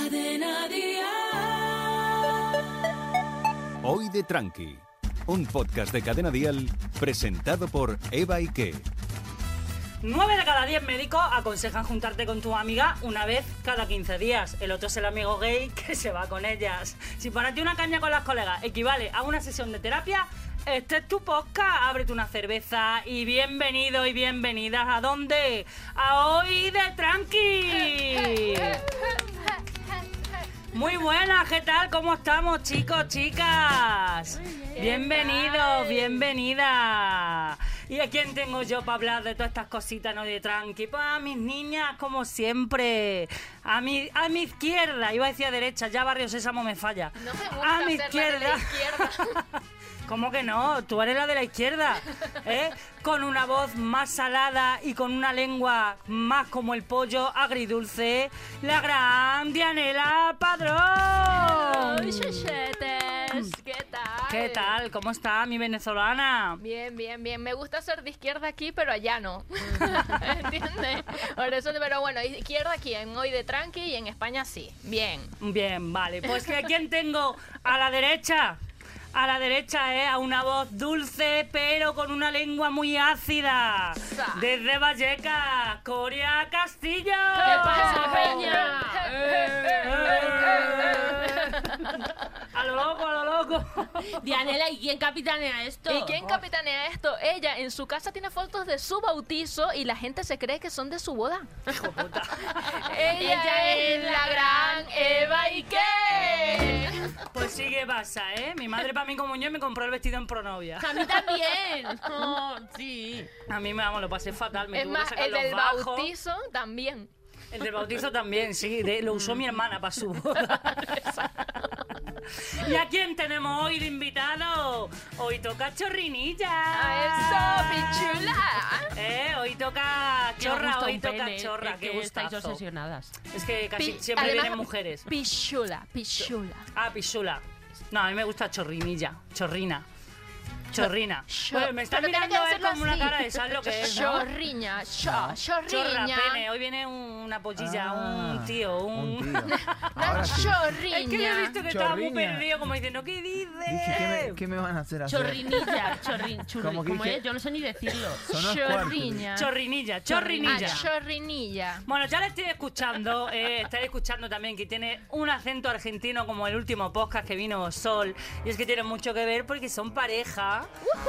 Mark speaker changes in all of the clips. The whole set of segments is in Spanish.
Speaker 1: Cadena Dial.
Speaker 2: Hoy de Tranqui, un podcast de Cadena Dial presentado por Eva Ike.
Speaker 3: 9 de cada 10 médicos aconsejan juntarte con tu amiga una vez cada 15 días. El otro es el amigo gay que se va con ellas. Si para ti una caña con las colegas equivale a una sesión de terapia, este es tu podcast, ábrete una cerveza y bienvenido y bienvenidas a dónde? A hoy de Tranqui. Muy buenas, ¿qué tal? ¿Cómo estamos, chicos, chicas? Bienvenidos, bienvenidas. ¿Y a quién tengo yo para hablar de todas estas cositas, no de tranqui? Pues a mis niñas, como siempre. A mi, a mi izquierda, iba a decir a derecha, ya Barrio Sésamo me falla.
Speaker 4: No me gusta
Speaker 3: a mi izquierda.
Speaker 4: izquierda.
Speaker 3: ¿Cómo que no? Tú eres la de la izquierda, ¿eh? Con una voz más salada y con una lengua más como el pollo agridulce, la gran Dianela Padrón.
Speaker 4: Hello, chuchetes. ¿Qué tal?
Speaker 3: ¿Qué tal? ¿Cómo está mi venezolana?
Speaker 4: Bien, bien, bien. Me gusta ser de izquierda aquí, pero allá no. ¿Entiendes? Por eso, pero bueno, izquierda aquí, en hoy de tranqui y en España sí. Bien.
Speaker 3: Bien, vale. Pues ¿a quién tengo a la derecha? a la derecha, ¿eh? A una voz dulce, pero con una lengua muy ácida. Desde Vallecas, Corea Castillo. ¿Qué
Speaker 4: pasa, Peña?
Speaker 3: a lo loco, a lo loco.
Speaker 5: Dianela, ¿y quién capitanea esto?
Speaker 4: ¿Y quién capitanea esto? Ella en su casa tiene fotos de su bautizo y la gente se cree que son de su boda.
Speaker 3: Hijo puta.
Speaker 4: Ella es la gran Eva y qué.
Speaker 3: Pues sí que pasa, ¿eh? Mi madre para mi comunión me compró el vestido en pronovia.
Speaker 5: A mí también. Oh, sí.
Speaker 3: A mí me vamos, lo pasé fatal. Me
Speaker 4: es
Speaker 3: tuvo
Speaker 4: más,
Speaker 3: que sacar
Speaker 4: el
Speaker 3: los
Speaker 4: del
Speaker 3: bajos.
Speaker 4: bautizo también.
Speaker 3: El del bautizo también, sí. de- lo usó mi hermana para su boda. ¿Y a quién tenemos hoy de invitado? Hoy toca chorrinilla.
Speaker 4: ¡A eso, Ah, pichula!
Speaker 3: Eh, hoy toca
Speaker 5: Me
Speaker 3: chorra,
Speaker 5: gusta
Speaker 3: hoy
Speaker 5: un
Speaker 3: toca
Speaker 5: pene, eh,
Speaker 3: chorra,
Speaker 5: es
Speaker 3: qué
Speaker 5: que estáis
Speaker 3: gustazo.
Speaker 5: obsesionadas.
Speaker 3: Es que casi
Speaker 4: Pi-
Speaker 3: siempre
Speaker 4: además,
Speaker 3: vienen mujeres.
Speaker 4: Pichula, pichula.
Speaker 3: Ah, pichula. No, a mí me gusta chorrinilla, chorrina. Chorrina.
Speaker 4: Cho-
Speaker 3: Bueno, me está
Speaker 4: Pero tiene
Speaker 3: mirando
Speaker 4: que
Speaker 3: él
Speaker 4: decirlo
Speaker 3: como una
Speaker 4: así.
Speaker 3: cara de sal lo que es, ¿no?
Speaker 4: Chorriña, cho-
Speaker 3: Chorra,
Speaker 4: chorriña.
Speaker 3: pene. Hoy viene una pollilla,
Speaker 6: Ah,
Speaker 3: un tío, un...
Speaker 6: tío.
Speaker 4: Una
Speaker 6: Ahora sí.
Speaker 4: chorriña.
Speaker 3: Es que Mm. yo he visto que estaba muy
Speaker 6: Chorriña.
Speaker 3: perdido, como diciendo, ¿qué
Speaker 6: Dije, ¿qué
Speaker 3: dices?
Speaker 6: me, qué me van a hacer hacer?
Speaker 5: Chorrinilla, chorrin, churri-
Speaker 6: Como que
Speaker 5: ¿cómo
Speaker 6: dije-
Speaker 5: es? Yo no sé ni decirlo.
Speaker 6: Son los
Speaker 4: Chorriña.
Speaker 3: Chorrinilla,
Speaker 4: Ah,
Speaker 3: chorrinilla.
Speaker 4: chorrinilla.
Speaker 3: Bueno, ya la estoy escuchando, eh, estáis escuchando también que tiene un acento argentino como el último podcast que vino Sol. Y es que tiene mucho que ver porque son pareja.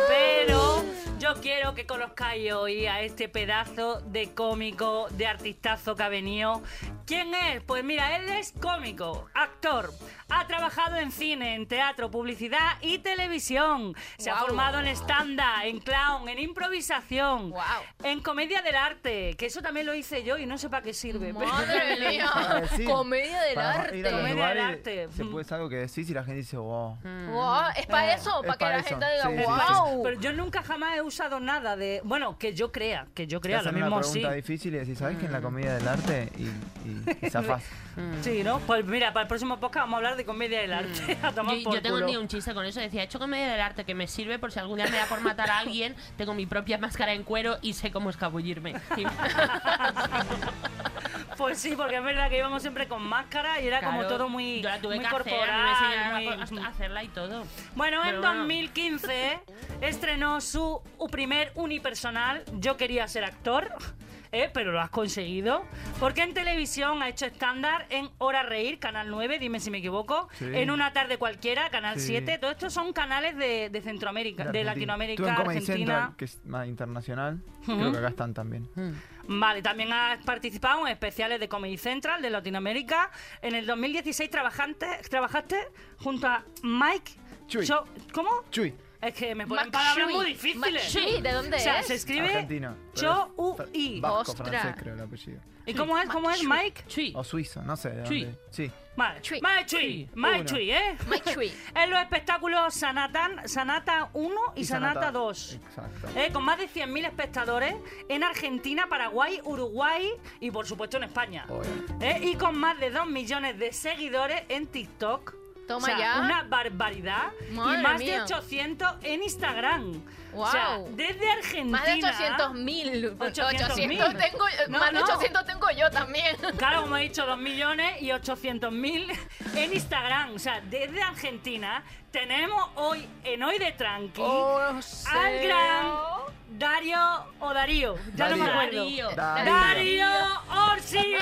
Speaker 3: Pero yo quiero que conozcáis hoy a este pedazo de cómico, de artistazo que ha venido. ¿Quién es? Pues mira, él es cómico, actor. Ha trabajado en cine, en teatro, publicidad y televisión. Se ha
Speaker 4: Guau.
Speaker 3: formado en stand-up, en clown, en improvisación.
Speaker 4: Guau.
Speaker 3: En comedia del arte, que eso también lo hice yo y no sé para qué sirve. pero-
Speaker 4: Madre mía.
Speaker 6: Para decir,
Speaker 4: Comedia del
Speaker 6: para
Speaker 4: arte.
Speaker 6: ir a los
Speaker 3: Comedia
Speaker 6: lugares,
Speaker 3: del arte. Mm.
Speaker 6: Se puede algo que decís y la gente dice, wow.
Speaker 4: Wow, es para eso, para que
Speaker 6: pa'
Speaker 4: la
Speaker 6: eso,
Speaker 4: gente diga,
Speaker 6: sí, sí, sí.
Speaker 4: wow.
Speaker 3: Pero yo nunca jamás he usado nada de. Bueno, que yo crea, que yo
Speaker 6: Te
Speaker 3: crea, lo
Speaker 6: hacen una
Speaker 3: mismo
Speaker 6: pregunta
Speaker 3: sí.
Speaker 6: difícil y decís, ¿sabes que en
Speaker 3: Mm.
Speaker 6: la comedia del arte? Y, y, y zafás.
Speaker 3: Sí, ¿no? Pues mira, para el próximo podcast vamos a hablar de comedia del arte. A
Speaker 5: Mm. Yo,
Speaker 3: tomar por
Speaker 5: yo tengo
Speaker 3: culo.
Speaker 5: ni un chiste con eso. Decía, he hecho comedia del arte que me sirve por si algún día me da por matar a alguien. Tengo mi propia máscara en cuero y sé cómo escabullirme. Y-
Speaker 3: Pues sí, porque es verdad que íbamos siempre con máscara y era como
Speaker 5: Claro,
Speaker 3: todo muy,
Speaker 5: yo la tuve
Speaker 3: muy
Speaker 5: que hacer,
Speaker 3: corporal.
Speaker 5: a mí me enseñaron
Speaker 3: muy-
Speaker 5: a- a hacerla y todo.
Speaker 3: Bueno, en
Speaker 5: Pero bueno.
Speaker 3: 2015 estrenó su primer unipersonal, Yo quería ser actor, ¿eh? pero lo has conseguido, porque en televisión ha hecho estándar en Hora Reír, Canal 9, dime si me equivoco,
Speaker 6: Sí.
Speaker 3: en Una Tarde Cualquiera, Canal
Speaker 6: Sí.
Speaker 3: 7, todo esto son canales de, de Centroamérica, de, Latinoamérica,
Speaker 6: Tú en Comedy
Speaker 3: Argentina.
Speaker 6: Central, que es más internacional. Creo que acá están también.
Speaker 3: Vale, también has participado en especiales de Comedy Central de Latinoamérica. En el 2016 trabajante, trabajaste junto a Mike...
Speaker 6: Chuy.
Speaker 3: Cho- ¿Cómo?
Speaker 6: Chuy,
Speaker 3: Es que me ponen
Speaker 4: Mac
Speaker 3: palabras
Speaker 4: Shui.
Speaker 3: muy difíciles.
Speaker 4: Mac Shui, ¿de dónde
Speaker 3: O sea,
Speaker 4: es?
Speaker 3: se escribe
Speaker 6: argentino.
Speaker 3: Cho U
Speaker 6: pero es
Speaker 3: I.
Speaker 6: Vasco,
Speaker 4: Ostras.
Speaker 6: francés, creo el apellido.
Speaker 3: ¿Y cómo es? ¿Cómo es Mike?
Speaker 5: Chui.
Speaker 6: O suizo, no sé. de
Speaker 5: Chuy.
Speaker 6: dónde. Sí.
Speaker 3: Vale.
Speaker 4: Chui.
Speaker 3: Mike Chui. Mike
Speaker 6: Uno.
Speaker 3: Chui, ¿eh?
Speaker 4: Mike Chui.
Speaker 3: En los espectáculos Sanatan, Sanata 1 y, Sanata 2.
Speaker 6: Exacto.
Speaker 3: Eh, con más de 100.000 espectadores en Argentina, Paraguay, Uruguay y por supuesto en España.
Speaker 6: Obvio.
Speaker 3: Eh, y con más de 2 millones de seguidores en TikTok.
Speaker 4: Toma
Speaker 3: O sea,
Speaker 4: ya.
Speaker 3: Una barbaridad.
Speaker 4: Madre
Speaker 3: y más
Speaker 4: mía.
Speaker 3: de 800 en Instagram. O sea,
Speaker 4: Guau.
Speaker 3: desde Argentina.
Speaker 4: Más de 800 mil.
Speaker 3: 800.000.
Speaker 4: 800 tengo,
Speaker 3: No,
Speaker 4: más de
Speaker 3: no.
Speaker 4: 800 tengo yo también.
Speaker 3: Claro, como he dicho, 2 millones y 800 mil en Instagram. O sea, desde Argentina tenemos hoy, en Hoy de Tranqui, al gran Dario o Darío. Ya no me acuerdo.
Speaker 5: Darío.
Speaker 6: Darío.
Speaker 3: Darío Orsi.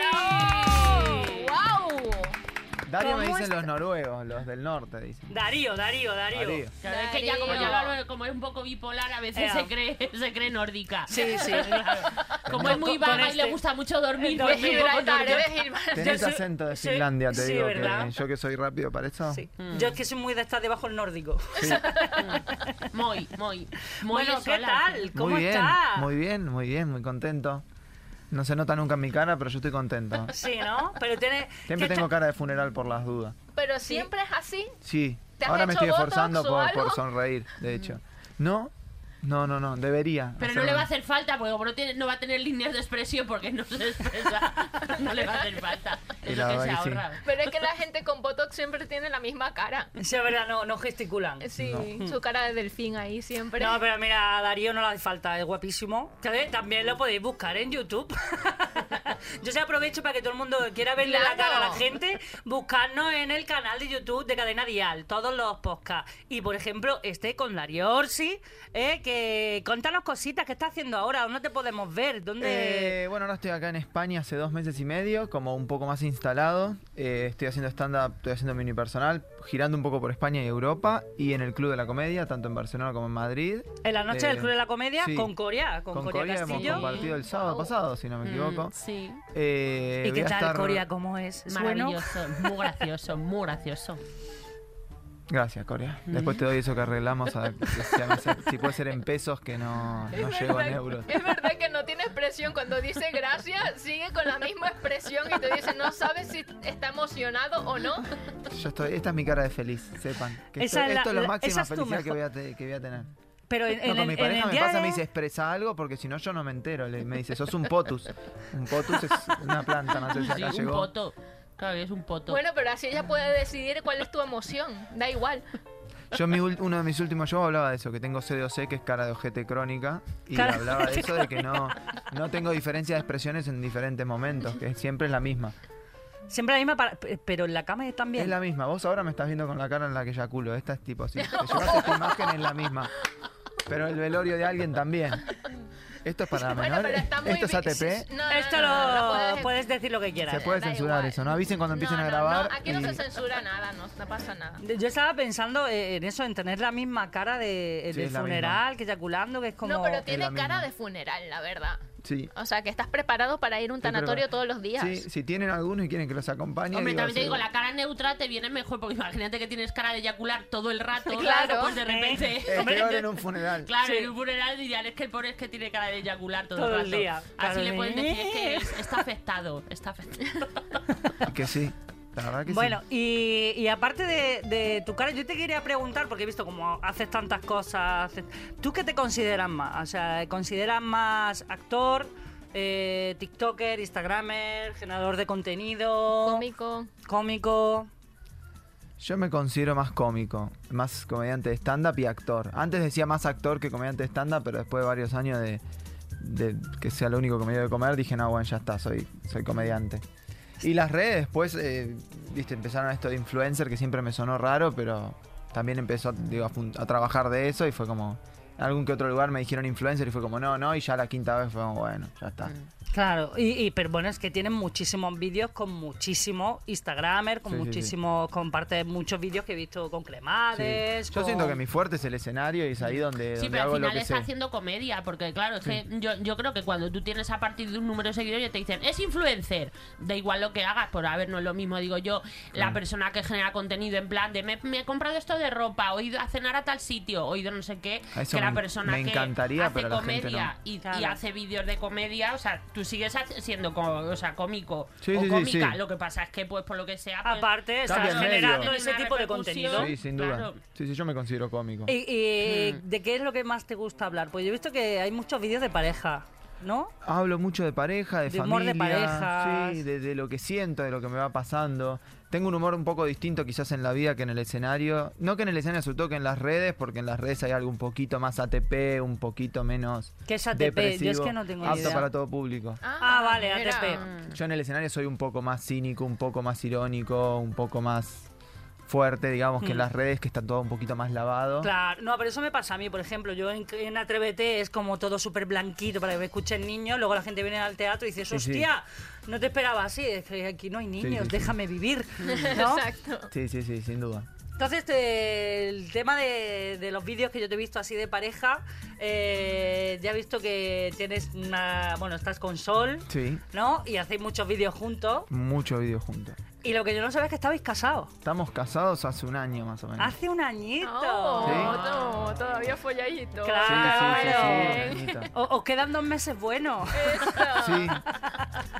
Speaker 4: ¡Wow!
Speaker 6: Darío me
Speaker 3: ¿Cómo
Speaker 6: dicen
Speaker 3: está?
Speaker 6: los noruegos, los del norte dicen.
Speaker 3: Darío, Darío, Darío.
Speaker 6: Darío.
Speaker 5: Claro, es que ya como,
Speaker 4: Darío.
Speaker 5: ya lo hablo- como es un poco bipolar, a veces
Speaker 3: Ea.
Speaker 5: se cree, se cree nórdica.
Speaker 3: Sí, sí.
Speaker 5: Como es muy
Speaker 3: Con- con
Speaker 5: vaga y le
Speaker 3: este.
Speaker 5: gusta mucho dormir,
Speaker 3: Eh,
Speaker 5: pues es un
Speaker 3: dormir,
Speaker 5: poco
Speaker 4: Gibraltar,
Speaker 5: nórdica.
Speaker 4: eres Gibraltar.
Speaker 6: Tenés
Speaker 3: soy-
Speaker 6: acento de
Speaker 3: soy-
Speaker 6: Finlandia, te
Speaker 3: sí,
Speaker 6: digo.
Speaker 3: ¿verdad?
Speaker 6: Que yo que soy rápido para eso.
Speaker 3: Sí. Yo es que soy muy de estar debajo del nórdico.
Speaker 5: Muy, muy, muy
Speaker 3: ¿eh? Bueno, ¿qué tal? ¿Cómo
Speaker 6: muy bien,
Speaker 3: estás?
Speaker 6: muy bien, muy bien, muy contento. No se nota nunca en mi cara, pero yo estoy contento.
Speaker 3: Sí, ¿no? Pero tienes.
Speaker 6: Siempre
Speaker 3: ¿qué
Speaker 6: tengo
Speaker 3: está-
Speaker 6: cara de funeral por las dudas.
Speaker 4: Pero siempre es así.
Speaker 6: Sí,
Speaker 4: ¿Te has
Speaker 6: ahora me
Speaker 4: hecho
Speaker 6: estoy esforzando
Speaker 4: botox o
Speaker 6: por, por
Speaker 4: algo?
Speaker 6: sonreír, de hecho. ¿No? No, no, no, debería.
Speaker 5: Pero no
Speaker 6: hacerlo.
Speaker 5: le va a hacer falta, porque como no, tiene, no va a tener líneas de expresión porque no se expresa, no le va a hacer falta.
Speaker 6: Y
Speaker 5: Eso
Speaker 6: la
Speaker 5: que se
Speaker 6: verdad que sí.
Speaker 5: ahorra.
Speaker 4: Pero es que la gente con Botox siempre tiene la misma cara.
Speaker 3: Sí, es verdad, no, no gesticulan.
Speaker 4: Sí, su cara de delfín ahí siempre.
Speaker 3: No, pero mira, a Darío no le hace falta, es guapísimo. ¿Sabes? También lo podéis buscar en YouTube. Yo se aprovecho para que todo el mundo que quiera verle la
Speaker 4: Claro.
Speaker 3: cara a la gente, buscarnos en el canal de YouTube de Cadena Dial, todos los podcasts. Y por ejemplo, este con Darío Orsi, eh, que contanos cositas, ¿qué está haciendo ahora? ¿Dónde te podemos ver? ¿Dónde...?
Speaker 6: Eh, bueno, ahora estoy acá en España hace dos meses y medio, como un poco más instalado. Eh, estoy haciendo stand-up, estoy haciendo mini personal, girando un poco por España y Europa y en el Club de la Comedia, tanto en Barcelona como en Madrid.
Speaker 3: en la noche
Speaker 6: eh,
Speaker 3: del Club de la Comedia
Speaker 6: sí.
Speaker 3: con Corea, con,
Speaker 6: Con,
Speaker 3: Corea,
Speaker 6: Corea hemos
Speaker 3: Castillo. Mm.
Speaker 6: compartido el sábado
Speaker 4: Wow.
Speaker 6: pasado, si no me equivoco.
Speaker 5: Mm, Sí,
Speaker 6: Eh,
Speaker 3: ¿Y
Speaker 6: voy
Speaker 3: qué
Speaker 6: a
Speaker 3: tal
Speaker 6: estar-
Speaker 3: Corea? ¿Cómo es? ¿Es bueno?
Speaker 5: maravilloso, muy gracioso, muy gracioso.
Speaker 6: Gracias, Corea.
Speaker 3: Mm.
Speaker 6: Después te doy eso que arreglamos. A, que se llama- si puede ser en pesos, que no, no
Speaker 4: Es
Speaker 6: llego en
Speaker 4: verdad-
Speaker 6: euros.
Speaker 4: Es verdad que no tiene expresión. Cuando dice gracias, sigue con la misma expresión y te dice, no sabes si está emocionado o no.
Speaker 6: Yo estoy, esta es mi cara de feliz, sepan. que
Speaker 3: Esa
Speaker 6: esto,
Speaker 3: es la-
Speaker 6: esto es la
Speaker 3: la- esa
Speaker 6: máxima
Speaker 3: es tu
Speaker 6: felicidad que
Speaker 3: mejor-
Speaker 6: voy, a te- que voy a tener.
Speaker 3: Pero en,
Speaker 6: No,
Speaker 3: en el,
Speaker 6: con mi
Speaker 3: en el
Speaker 6: pareja me
Speaker 3: día
Speaker 6: pasa,
Speaker 3: de-
Speaker 6: me dice, expresa algo, porque si no yo no me entero. Le- me dice, sos un potus. Un potus es una planta, no sé si
Speaker 5: Sí,
Speaker 6: acá
Speaker 5: un
Speaker 6: llegó.
Speaker 5: poto. Claro, es un poto.
Speaker 4: Bueno, pero así ella puede decidir cuál es tu emoción. Da igual.
Speaker 6: Yo en mi ul- uno de mis últimos shows hablaba de eso, que tengo CDOC, que es cara de ojete crónica, y
Speaker 3: Cara de
Speaker 6: hablaba de eso, de que no, no tengo diferencia de expresiones en diferentes momentos, que siempre es la misma.
Speaker 3: Siempre la misma, para- pero en la cama también.
Speaker 6: Es la misma, vos ahora me estás viendo con la cara en la que eyaculo, esta es tipo, si te llevas esta imagen es la misma, pero el velorio de alguien también. Esto es para
Speaker 4: Bueno, pero
Speaker 6: menores,
Speaker 4: está muy
Speaker 6: esto es
Speaker 4: vi-
Speaker 6: ATP.
Speaker 4: No, no,
Speaker 3: Esto
Speaker 4: no, no, no
Speaker 3: lo
Speaker 4: puedes-
Speaker 3: puedes decir lo que quieras.
Speaker 6: Se puede
Speaker 4: Da
Speaker 6: censurar
Speaker 4: igual.
Speaker 6: eso, ¿no? Avisen cuando empiecen
Speaker 4: No,
Speaker 6: a
Speaker 4: no,
Speaker 6: grabar.
Speaker 4: no, aquí no
Speaker 6: y-
Speaker 4: se censura nada, no, no pasa nada.
Speaker 3: Yo estaba pensando eh, en eso, en tener la misma cara de, eh,
Speaker 6: Sí,
Speaker 3: del
Speaker 6: es la
Speaker 3: funeral, que eyaculando, que es como...
Speaker 4: No, pero
Speaker 6: Es la
Speaker 4: tiene cara
Speaker 6: misma.
Speaker 4: de funeral, la verdad.
Speaker 6: Sí.
Speaker 4: O sea, que estás preparado para ir a un
Speaker 6: Sí, pero-
Speaker 4: tanatorio todos los días.
Speaker 6: Sí, si tienen alguno y quieren que los acompañe.
Speaker 5: Hombre,
Speaker 6: digo,
Speaker 5: también te
Speaker 6: sí.
Speaker 5: digo, la cara neutra te viene mejor, porque imagínate que tienes cara de eyacular todo el rato.
Speaker 4: Claro.
Speaker 5: Pues de repente.
Speaker 6: Es peor en un funeral.
Speaker 5: Claro,
Speaker 3: Sí.
Speaker 5: en un funeral dirían, es que el pobre es que tiene cara de eyacular todo,
Speaker 3: Todo el
Speaker 5: rato.
Speaker 3: día.
Speaker 5: Así
Speaker 3: Claro,
Speaker 5: le pueden decir es que
Speaker 3: eh.
Speaker 5: es- está afectado, está afectado.
Speaker 6: Que sí. La verdad que
Speaker 3: Bueno,
Speaker 6: sí.
Speaker 3: y, y aparte de, de tu cara, yo te quería preguntar, porque he visto como haces tantas cosas. haces- ¿Tú qué te consideras más? O sea, ¿consideras más actor, eh, TikToker, Instagramer, generador de contenido,
Speaker 4: Cómico.
Speaker 3: cómico?
Speaker 6: Yo me considero más cómico, más comediante de stand-up y actor. Antes decía más actor que comediante de stand-up, pero después de varios años de, de que sea lo único que me dio de comer, dije, no, bueno, ya está, soy, soy comediante. Y las redes después, eh, viste, empezaron esto de influencer, que siempre me sonó raro, pero también empezó digo, a, fun- a trabajar de eso y fue como... En algún que otro lugar me dijeron influencer y fue como, no, no, y ya la quinta vez fue como, bueno, ya está.
Speaker 5: Mm.
Speaker 3: Claro, y, y- pero bueno, es que tienen muchísimos vídeos con muchísimos Instagramer, con
Speaker 6: Sí, sí, sí.
Speaker 3: muchísimos, comparte muchos vídeos que he visto con
Speaker 6: Sí.
Speaker 3: cremades.
Speaker 6: Yo
Speaker 3: con-
Speaker 6: siento que mi fuerte es el escenario y es ahí donde,
Speaker 5: Sí,
Speaker 6: donde
Speaker 5: pero al
Speaker 6: hago lo
Speaker 5: final
Speaker 6: que
Speaker 5: está
Speaker 6: sé.
Speaker 5: haciendo comedia, porque claro, es que yo, yo creo que cuando tú tienes a partir de un número de seguidores te dicen, es influencer, da igual lo que hagas, por a ver, no es lo mismo, digo yo, la persona que genera contenido en plan de, me, me he comprado esto de ropa, o he ido a cenar a tal sitio, o he ido no sé qué,
Speaker 6: A eso
Speaker 5: que la
Speaker 6: me-
Speaker 5: persona
Speaker 6: me
Speaker 5: que
Speaker 6: encantaría,
Speaker 5: hace
Speaker 6: pero la gente
Speaker 5: comedia
Speaker 6: no.
Speaker 5: y, y
Speaker 3: Claro.
Speaker 5: hace vídeos de comedia, o sea, tú sigues hac- siendo co- o sea, cómico
Speaker 6: Sí,
Speaker 5: o
Speaker 6: sí, sí,
Speaker 5: cómica,
Speaker 6: sí.
Speaker 5: lo que pasa es que pues por lo que sea... pues,
Speaker 3: Aparte,
Speaker 6: Cambia
Speaker 3: estás
Speaker 6: el medio.
Speaker 3: generando
Speaker 5: Tiene
Speaker 3: ese
Speaker 5: una
Speaker 3: tipo de
Speaker 5: repercusión.
Speaker 3: contenido.
Speaker 6: Sí, sin duda.
Speaker 5: Claro.
Speaker 6: Sí, sí, yo me
Speaker 3: Eh,
Speaker 6: considero cómico. Hmm.
Speaker 3: ¿Y, y de qué es lo que más te gusta hablar? Pues yo he visto que hay muchos vídeos de pareja. ¿no?
Speaker 6: Hablo mucho de pareja, de,
Speaker 3: De humor
Speaker 6: familia.
Speaker 3: de parejas.
Speaker 6: Sí, de, de lo que siento, de lo que me va pasando. Tengo un humor un poco distinto quizás en la vida que en el escenario. No que en el escenario, sobre todo que en las redes, porque en las redes hay algo un poquito más ATP, un poquito menos
Speaker 3: ¿Qué es ATP? Yo es
Speaker 6: depresivo.
Speaker 3: que no tengo ni
Speaker 6: Apto
Speaker 3: idea.
Speaker 6: para todo público.
Speaker 3: Ah, vale,
Speaker 4: mira. Mm.
Speaker 3: ATP.
Speaker 6: Yo en el escenario soy un poco más cínico, un poco más irónico, un poco más fuerte, digamos, que en
Speaker 3: Mm.
Speaker 6: las redes, que está todo un poquito más lavado.
Speaker 3: Claro, no, pero eso me pasa a mí, por ejemplo, yo en, en Atrévete es como todo súper blanquito para que me escuchen niños, luego la gente viene al teatro y dices,
Speaker 6: Sí, sí.
Speaker 3: hostia, no te esperaba así, es que aquí no hay niños,
Speaker 6: sí, sí.
Speaker 3: déjame vivir, ¿no?
Speaker 4: Exacto.
Speaker 6: Sí, sí, sí, sin duda.
Speaker 3: Entonces, te- el tema de, de los vídeos que yo te he visto así de pareja, eh, ya he visto que tienes una... Bueno, estás con Sol,
Speaker 6: Sí,
Speaker 3: ¿no? Y hacéis muchos vídeos juntos.
Speaker 6: mucho vídeo juntos.
Speaker 3: Y lo que yo no sabía es que estabais casados.
Speaker 6: Estamos casados hace un año más o menos.
Speaker 3: Hace un añito.
Speaker 4: Oh,
Speaker 6: Sí.
Speaker 4: no, todavía folladito.
Speaker 3: Claro.
Speaker 6: Sí, sí,
Speaker 3: Claro.
Speaker 6: sí, sí, un añito.
Speaker 3: O- Os quedan dos meses buenos.
Speaker 4: Eso.
Speaker 6: Sí,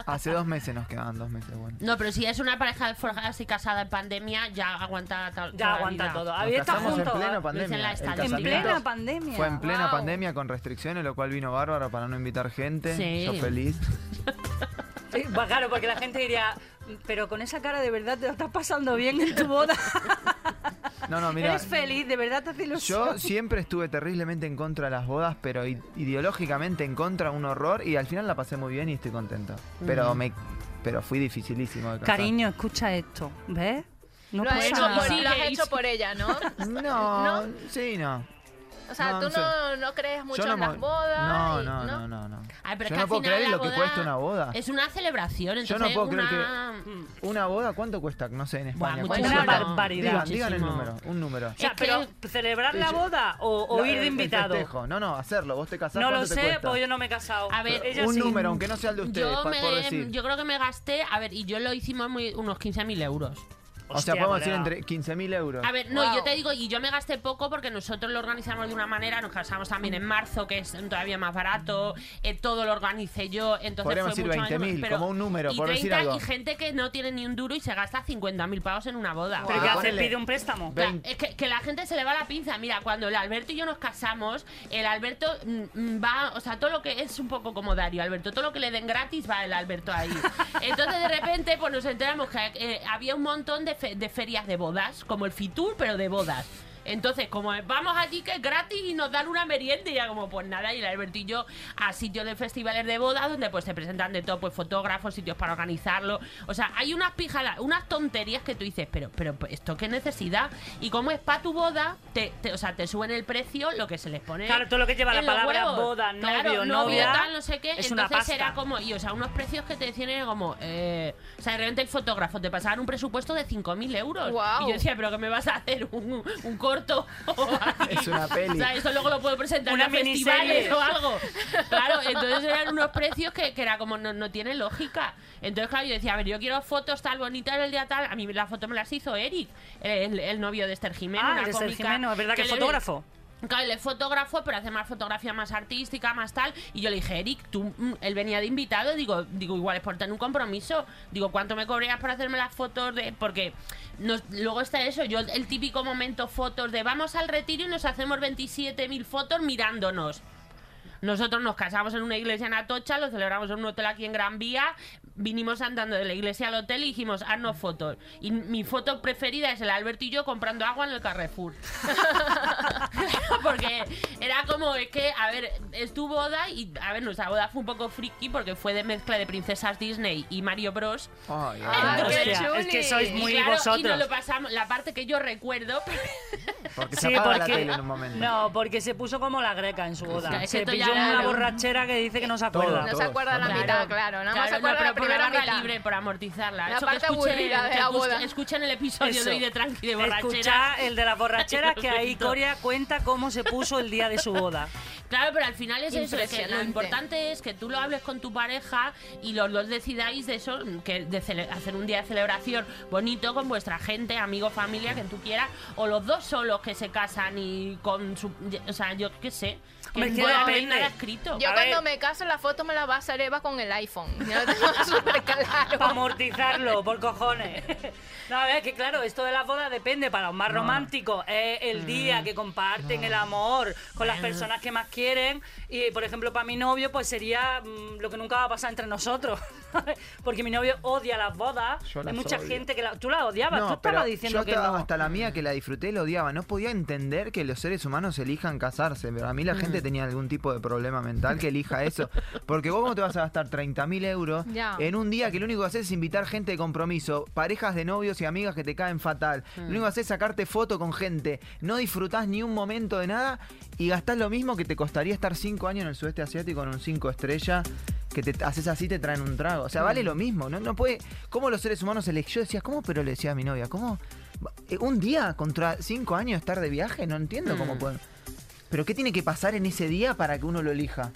Speaker 6: hace dos meses nos quedaban, dos meses, bueno.
Speaker 5: No, pero si es una pareja forjada y casada en pandemia, ya aguanta tal. toda
Speaker 3: Ya
Speaker 5: la
Speaker 3: aguanta
Speaker 5: vida.
Speaker 3: todo.
Speaker 6: Nos
Speaker 3: Habéis Ah, estado
Speaker 6: casamos en
Speaker 3: juntos.
Speaker 6: plena
Speaker 3: ¿va?
Speaker 5: Dicen la
Speaker 6: pandemia. El
Speaker 5: estadística.
Speaker 3: En
Speaker 6: casamiento
Speaker 3: plena pandemia.
Speaker 6: Fue en plena
Speaker 4: Wow.
Speaker 6: pandemia con restricciones, lo cual vino bárbaro para no invitar gente.
Speaker 5: Sí.
Speaker 6: Yo feliz.
Speaker 3: Sí, va, claro, porque la gente diría, "Mm, pero con esa cara de verdad te lo estás pasando bien en tu boda.
Speaker 6: No, no, mira.
Speaker 3: Eres feliz, de verdad te hace ilusión.
Speaker 6: Yo siempre estuve terriblemente en contra de las bodas, pero i- ideológicamente en contra, un horror, y al final la pasé muy bien y estoy contento. Pero me pero fui dificilísimo de casar.
Speaker 3: Mm. Cariño, escucha esto, ¿ves? No
Speaker 4: lo, has
Speaker 3: pasa
Speaker 4: hecho
Speaker 3: nada.
Speaker 4: por, lo has
Speaker 5: Sigue,
Speaker 4: hecho
Speaker 5: sigue.
Speaker 4: por ella, ¿no?
Speaker 6: No, sí, no.
Speaker 4: O sea,
Speaker 6: No,
Speaker 4: tú
Speaker 6: no sé.
Speaker 4: no, no crees mucho
Speaker 6: Yo no
Speaker 4: en
Speaker 6: mo-
Speaker 4: las bodas.
Speaker 6: No,
Speaker 4: y-
Speaker 6: no, no, no, no.
Speaker 5: Ay, pero
Speaker 6: Yo
Speaker 5: es que
Speaker 6: no
Speaker 5: al
Speaker 6: puedo
Speaker 5: final
Speaker 6: creer
Speaker 5: la
Speaker 6: lo que cuesta una boda.
Speaker 5: Es una celebración, entonces
Speaker 6: Yo no puedo
Speaker 5: una...
Speaker 6: creer Mm. Una boda, ¿cuánto cuesta? No sé, en España.
Speaker 5: Buah,
Speaker 6: ¿cuánto
Speaker 3: muchísimo.
Speaker 6: cuesta?
Speaker 3: Una barbaridad.
Speaker 6: Digan, digan el
Speaker 5: Muchísimo.
Speaker 6: número, un número.
Speaker 3: O sea,
Speaker 5: Es que-
Speaker 3: pero celebrar la boda o, o
Speaker 6: La-
Speaker 3: ir
Speaker 6: el-
Speaker 3: de
Speaker 6: el
Speaker 3: invitado.
Speaker 6: festejo. No, no, hacerlo. Vos te casás,
Speaker 3: No lo
Speaker 6: ¿cuánto te
Speaker 3: sé,
Speaker 6: cuesta? Eh,
Speaker 3: porque yo no me he casado.
Speaker 5: A ver,
Speaker 3: Ella
Speaker 6: un
Speaker 3: sí.
Speaker 6: número, aunque no sea el de ustedes,
Speaker 5: Yo,
Speaker 6: pa-
Speaker 5: me-
Speaker 6: por decir.
Speaker 5: yo creo que me gasté, a ver, y yo lo hicimos muy, unos 15.000 euros.
Speaker 6: o sea,
Speaker 3: Hostia,
Speaker 6: podemos decir
Speaker 3: colega.
Speaker 6: entre 15.000 euros.
Speaker 5: A ver, no,
Speaker 4: Wow.
Speaker 5: yo te digo, y yo me gasté poco porque nosotros lo organizamos de una manera, nos casamos también en marzo, que es todavía más barato, eh, todo lo organicé yo, entonces
Speaker 6: Podríamos
Speaker 5: fue
Speaker 6: decir
Speaker 5: mucho más-
Speaker 6: 20.000,
Speaker 5: pero-
Speaker 6: como un número,
Speaker 5: y
Speaker 6: por decir
Speaker 5: 30,
Speaker 6: algo.
Speaker 5: Y gente que no tiene ni un duro y se gasta 50.000 pavos en una boda.
Speaker 3: ¿Pero
Speaker 4: Wow.
Speaker 3: qué hace?
Speaker 6: Ponele.
Speaker 3: ¿Pide un préstamo?
Speaker 5: O sea,
Speaker 6: Veinte.
Speaker 5: es que, que la gente se le va la pinza. Mira, cuando el Alberto y yo nos casamos, el Alberto mm, mm, va, o sea, todo lo que es un poco como Dario Alberto, todo lo que le den gratis va el Alberto ahí. Entonces de repente pues nos enteramos que eh, había un montón de, fe- de ferias de bodas, como el Fitur, pero de bodas. Entonces, como vamos allí que es gratis y nos dan una merienda y ya como pues nada, y el Alberto y yo a sitios de festivales de bodas donde pues se presentan de todo, pues fotógrafos, sitios para organizarlo. O sea, hay unas pijadas, unas tonterías que tú dices, pero, pero pues, esto qué necesidad. Y como es para tu boda, te, te- o sea, te suben el precio, lo que se les pone.
Speaker 3: Claro, todo lo que lleva la
Speaker 5: en los
Speaker 3: palabra
Speaker 5: huevos.
Speaker 3: boda,
Speaker 5: Claro,
Speaker 3: novio, novia,
Speaker 5: tal, no sé qué.
Speaker 3: es
Speaker 5: Entonces
Speaker 3: una pasta.
Speaker 5: era como, y o sea, unos precios que te decían era como, eh, o sea, de repente el fotógrafo te pasaban un presupuesto de 5.000 euros.
Speaker 4: Guau.
Speaker 5: Y yo decía, pero que me vas a hacer un, un corto. o algo.
Speaker 6: Es una peli.
Speaker 5: O sea, eso luego lo puedo presentar
Speaker 3: Una
Speaker 5: en los festivales
Speaker 3: miniserie.
Speaker 5: o algo. Claro, entonces eran unos precios que, que era como, no, no tiene lógica. Entonces, claro, yo decía, a ver, yo quiero fotos tal bonitas el día tal. A mí la foto me las hizo Eric, el, el novio de Esther Jimeno.
Speaker 3: Ah,
Speaker 5: una
Speaker 3: de Esther
Speaker 5: cómica
Speaker 3: Jimeno, es verdad que es
Speaker 5: le-
Speaker 3: fotógrafo.
Speaker 5: Claro, él es fotógrafo, pero hace más fotografía más artística, más tal. Y yo le dije, Eric, tú, mm, él venía de invitado, digo, digo, igual es por tener un compromiso. Digo, ¿cuánto me cobrarías por hacerme las fotos de.? Porque nos- luego está eso, yo el típico momento fotos de vamos al retiro y nos hacemos 27.000 fotos mirándonos. Nosotros nos casamos en una iglesia en Atocha, lo celebramos en un hotel aquí en Gran Vía, vinimos andando de la iglesia al hotel y dijimos, haznos fotos. Y mi foto preferida es el Alberto y yo comprando agua en el Carrefour. porque era como, es que, a ver, es tu boda y, a ver, nuestra boda fue un poco friki porque fue de mezcla de princesas Disney y Mario Bros.
Speaker 6: Ay,
Speaker 4: Ah,
Speaker 6: ay,
Speaker 4: qué
Speaker 3: Hostia, es que
Speaker 4: chuli.
Speaker 3: sois
Speaker 5: Y
Speaker 3: muy
Speaker 5: claro, y
Speaker 3: vosotros.
Speaker 5: nos lo pasamos, la parte que yo recuerdo,
Speaker 6: porque se apaga la tele en un momento.
Speaker 3: No, porque se puso como la greca en su boda.
Speaker 5: Es que
Speaker 3: se
Speaker 5: esto
Speaker 3: pilló
Speaker 5: ya
Speaker 3: una
Speaker 5: era un-
Speaker 3: borrachera que dice que no se acuerda.
Speaker 4: No
Speaker 6: Todo,
Speaker 4: se acuerda la
Speaker 6: todo.
Speaker 4: mitad, claro. Nada más se
Speaker 5: Claro, no, pero por la
Speaker 4: acuerda la primera
Speaker 5: barra
Speaker 4: mitad.
Speaker 5: libre, por amortizarla.
Speaker 4: La
Speaker 5: Eso
Speaker 4: parte
Speaker 5: que escuchen,
Speaker 4: aburrida de
Speaker 5: que
Speaker 4: la
Speaker 5: escu-
Speaker 4: boda.
Speaker 5: Escuchen el episodio
Speaker 3: Eso.
Speaker 5: de hoy de Tranqui de borrachera.
Speaker 3: Escuchá el de las borracheras
Speaker 5: Ay,
Speaker 3: que ahí
Speaker 5: Diosito.
Speaker 3: Coria cuenta cómo se puso el día de su boda.
Speaker 5: Claro, pero al final es eso, es que lo
Speaker 4: Impresionante.
Speaker 5: importante es que tú lo hables con tu pareja y los dos decidáis de eso, que de cele- hacer un día de celebración bonito con vuestra gente, amigos, familia, que tú quieras, o los dos solos que se casan y con su... O sea, yo qué sé. que
Speaker 3: Hombre, es que
Speaker 5: no hay
Speaker 3: depende.
Speaker 5: nada escrito.
Speaker 4: Yo
Speaker 3: A
Speaker 4: cuando
Speaker 3: ver.
Speaker 4: me caso la foto me la va a hacer Eva con el iPhone. Ya lo tengo súper claro.
Speaker 3: Para amortizarlo, por cojones. No, a ver, que claro, esto de la boda depende para los más románticos. Es
Speaker 6: Mm.
Speaker 3: el día que comparten el amor con las personas que más quieren. Y, por ejemplo, para mi novio, pues sería mm, lo que nunca va a pasar entre nosotros. Porque mi novio odia las bodas.
Speaker 6: Yo las
Speaker 3: Hay mucha
Speaker 6: odio.
Speaker 3: gente que la... Tú la odiabas, tú
Speaker 6: No, pero
Speaker 3: estabas diciendo
Speaker 6: yo
Speaker 3: que
Speaker 6: estaba
Speaker 3: no.
Speaker 6: hasta la mía que la disfruté la odiaba. No podía entender que los seres humanos elijan casarse. Pero a mí la gente tenía algún tipo de problema mental que elija eso. Porque vos cómo te vas a gastar 30.000 euros
Speaker 4: Ya.
Speaker 6: en un día que lo único que haces es invitar gente de compromiso, parejas de novios y amigas que te caen fatal. Lo único que haces es sacarte foto con gente. No disfrutás ni un momento de nada y gastás lo mismo que te costaría estar 5 años en el sudeste asiático en un 5 estrella. Que te haces así, te traen un trago. O sea, vale lo mismo. No, no puede. ¿Cómo los seres humanos elegían? Yo decía, ¿cómo? Pero le decía a mi novia, ¿cómo? Eh, Un día contra cinco años estar de viaje, no entiendo cómo pueden. Pero ¿qué tiene que pasar en ese día para que uno lo elija?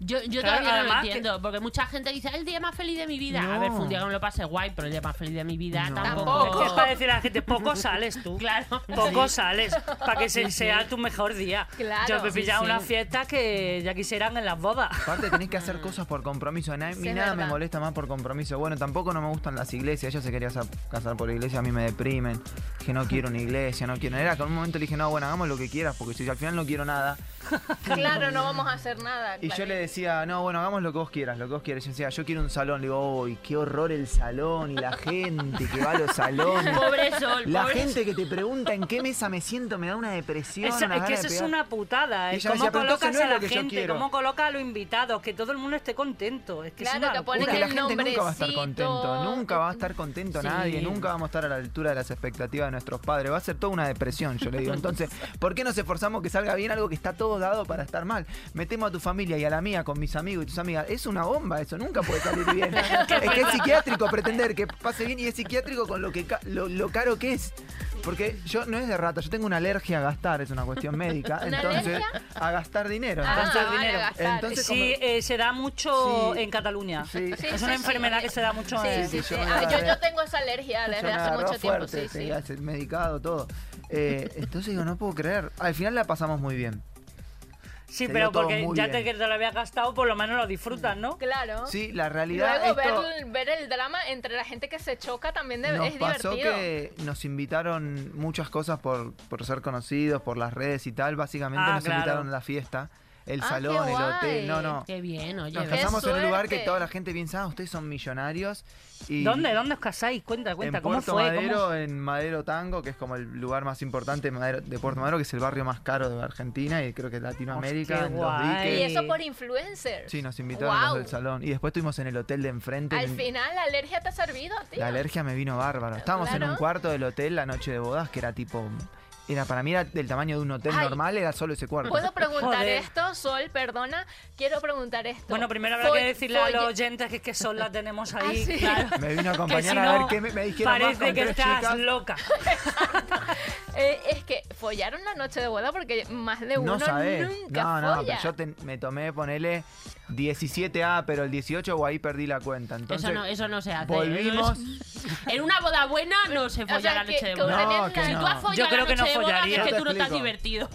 Speaker 5: Yo, yo
Speaker 3: Claro,
Speaker 5: todavía no lo
Speaker 3: además que-
Speaker 5: entiendo, porque mucha gente dice, "Ah, el día más feliz de mi vida. A
Speaker 6: No.
Speaker 5: ver, fue un día que me lo pasé guay, pero el día más feliz de mi vida
Speaker 6: No.
Speaker 5: tampoco.
Speaker 3: Es que es para decir a la gente, poco sales tú.
Speaker 5: Claro.
Speaker 3: Poco sales para que se- sea tu mejor día.
Speaker 4: Claro.
Speaker 3: Yo me he
Speaker 4: Sí,
Speaker 3: pillado
Speaker 5: sí.
Speaker 3: unas fiestas que ya quisieran en las bodas.
Speaker 6: Aparte tenés que hacer cosas por compromiso. A na-
Speaker 4: Sí,
Speaker 6: mí
Speaker 4: es
Speaker 6: nada me
Speaker 4: verdad.
Speaker 6: molesta más por compromiso. Bueno, tampoco no me gustan las iglesias. Ella se quería sa- casar por iglesia, a mí me deprimen. Dije, no quiero una iglesia, no quiero... Era que en un momento le dije, no, bueno, hagamos lo que quieras, porque si al final no quiero nada.
Speaker 4: Claro, no vamos a hacer nada.
Speaker 6: Y yo
Speaker 4: claro.
Speaker 6: le decía, no, bueno, hagamos lo que vos quieras, lo que vos quieras. Yo decía, yo quiero un salón. Le digo, uy, qué horror el salón y la gente que va a los salones.
Speaker 5: Pobre sol,
Speaker 6: La
Speaker 5: pobre
Speaker 6: gente que te pregunta en qué mesa me siento me da una depresión.
Speaker 3: Esa-
Speaker 6: unas
Speaker 3: es que
Speaker 6: ganas
Speaker 3: eso
Speaker 6: de
Speaker 3: es
Speaker 6: pegar.
Speaker 3: una putada.
Speaker 6: Y
Speaker 3: es
Speaker 6: ella
Speaker 3: cómo
Speaker 6: decía, pero entonces
Speaker 3: colocas
Speaker 6: no es
Speaker 3: a la
Speaker 6: lo que yo
Speaker 3: gente,
Speaker 6: quiero.
Speaker 3: cómo colocas a los invitados, que todo el mundo esté contento. Es que es
Speaker 4: Claro,
Speaker 3: una
Speaker 4: te pones
Speaker 3: locura.
Speaker 6: Porque
Speaker 4: que
Speaker 6: la
Speaker 4: el
Speaker 6: gente nunca va a estar
Speaker 4: nombrecito.
Speaker 6: contento, nunca va a estar contento
Speaker 5: Sí.
Speaker 6: nadie, nunca vamos a estar a la altura de las expectativas de nuestros padres. Va a ser toda una depresión, yo le digo. Entonces, ¿por qué nos esforzamos que salga bien algo que está todo dado para estar mal? Metemos a tu familia y a la mía con mis amigos y tus amigas. Es una bomba eso, nunca puede salir bien. es que es psiquiátrico pretender que pase bien y es psiquiátrico con lo, que ca- lo, lo caro que es. Porque yo no es de rata, yo tengo una alergia a gastar, es una cuestión médica.
Speaker 4: ¿Una
Speaker 6: entonces,
Speaker 4: alergia?
Speaker 6: a gastar dinero.
Speaker 4: Ah,
Speaker 6: Entonces,
Speaker 4: vale,
Speaker 3: dinero.
Speaker 4: gastar.
Speaker 6: Entonces-
Speaker 3: Sí, eh, se da mucho
Speaker 6: Sí.
Speaker 3: en Cataluña.
Speaker 6: sí.
Speaker 4: Sí,
Speaker 3: Es
Speaker 4: sí,
Speaker 3: una
Speaker 4: sí.
Speaker 3: enfermedad que se da mucho
Speaker 4: Sí,
Speaker 3: en...
Speaker 4: sí, sí.
Speaker 6: yo me
Speaker 4: Ah,
Speaker 6: la
Speaker 4: yo,
Speaker 6: agarré.
Speaker 4: yo tengo esa alergia desde
Speaker 6: Yo me
Speaker 4: hace
Speaker 6: agarró
Speaker 4: mucho tiempo.
Speaker 6: fuerte,
Speaker 4: Sí, sí.
Speaker 6: hace medicado, todo. Eh, entonces digo, no puedo creer. Al final la pasamos muy bien.
Speaker 3: Sí,
Speaker 6: Se
Speaker 3: pero
Speaker 6: dio todo
Speaker 3: porque
Speaker 6: muy
Speaker 3: ya
Speaker 6: bien.
Speaker 3: te, que te lo habías gastado, por lo menos lo disfrutas, ¿no?
Speaker 4: Claro.
Speaker 6: Sí, la realidad
Speaker 4: Luego
Speaker 6: esto
Speaker 4: ver, ver el drama entre la gente que se choca también de-
Speaker 6: nos
Speaker 4: es
Speaker 6: pasó
Speaker 4: divertido.
Speaker 6: que nos invitaron muchas cosas por, por ser conocidos, por las redes y tal. Básicamente
Speaker 3: Ah,
Speaker 6: nos
Speaker 3: claro.
Speaker 6: invitaron a la fiesta, el
Speaker 4: Ah, qué
Speaker 6: salón, el hotel.
Speaker 4: guay.
Speaker 6: No, no.
Speaker 5: Qué bien, oye.
Speaker 6: Nos
Speaker 4: Qué
Speaker 6: casamos en un lugar que
Speaker 4: suerte.
Speaker 6: toda la gente piensa, ah, ustedes son millonarios. Y
Speaker 3: ¿Dónde? ¿Dónde os casáis? Cuenta, cuenta.
Speaker 6: en
Speaker 3: ¿Cómo
Speaker 6: Puerto
Speaker 3: fue? ¿Cómo-
Speaker 6: Madero, eh. en Madero Tango, que es como el lugar más importante de, Madero- de Puerto Madero, que es el barrio más caro de Argentina y creo que Latinoamérica,
Speaker 3: Hostia,
Speaker 6: en
Speaker 3: guay.
Speaker 6: los diques.
Speaker 4: Y eso
Speaker 3: Eh,
Speaker 4: por influencers.
Speaker 6: Sí, nos invitaron a los
Speaker 4: Guau.
Speaker 6: del salón. Y después estuvimos en el hotel de enfrente.
Speaker 4: Al
Speaker 6: en-
Speaker 4: final la alergia te ha servido, tío.
Speaker 6: La alergia me vino bárbaro. Estábamos en un
Speaker 4: Claro.
Speaker 6: cuarto del hotel la noche de bodas, que era tipo. Era para mí era del tamaño de un hotel
Speaker 4: Ay.
Speaker 6: normal, era solo ese cuarto.
Speaker 4: ¿Puedo preguntar
Speaker 3: Joder.
Speaker 4: esto, Sol? Perdona, quiero preguntar esto.
Speaker 3: Bueno, primero habrá que
Speaker 4: Foll-
Speaker 3: decirle a los
Speaker 4: folle-
Speaker 3: oyentes que es que Sol la tenemos ahí.
Speaker 4: Ah, sí.
Speaker 3: claro.
Speaker 6: Me vino a acompañar
Speaker 3: Que si
Speaker 6: a ver
Speaker 3: no,
Speaker 6: qué me, me dijeron más
Speaker 3: Parece
Speaker 6: con
Speaker 3: que
Speaker 6: tres
Speaker 3: estás
Speaker 6: chicas.
Speaker 3: loca.
Speaker 4: Eh, es que follaron la noche de boda porque más de uno
Speaker 6: No sabes.
Speaker 4: nunca
Speaker 6: No, no,
Speaker 4: folla.
Speaker 6: pero yo te- me tomé, ponele 17A, pero el 18 o ahí perdí la cuenta. Entonces,
Speaker 5: Eso no, eso no se hace.
Speaker 6: volvimos.
Speaker 5: Eso es- En una boda buena no se folla
Speaker 4: sea,
Speaker 5: la
Speaker 4: que-
Speaker 5: noche de
Speaker 4: que
Speaker 5: boda.
Speaker 4: una-
Speaker 6: No, que
Speaker 4: Si
Speaker 5: Tú
Speaker 6: no.
Speaker 5: has follado
Speaker 3: Yo creo
Speaker 5: la
Speaker 3: que no
Speaker 5: noche de boda,
Speaker 3: follaría.
Speaker 5: es
Speaker 6: Yo
Speaker 5: que
Speaker 6: te
Speaker 5: tú no estás
Speaker 6: explico.
Speaker 5: divertido.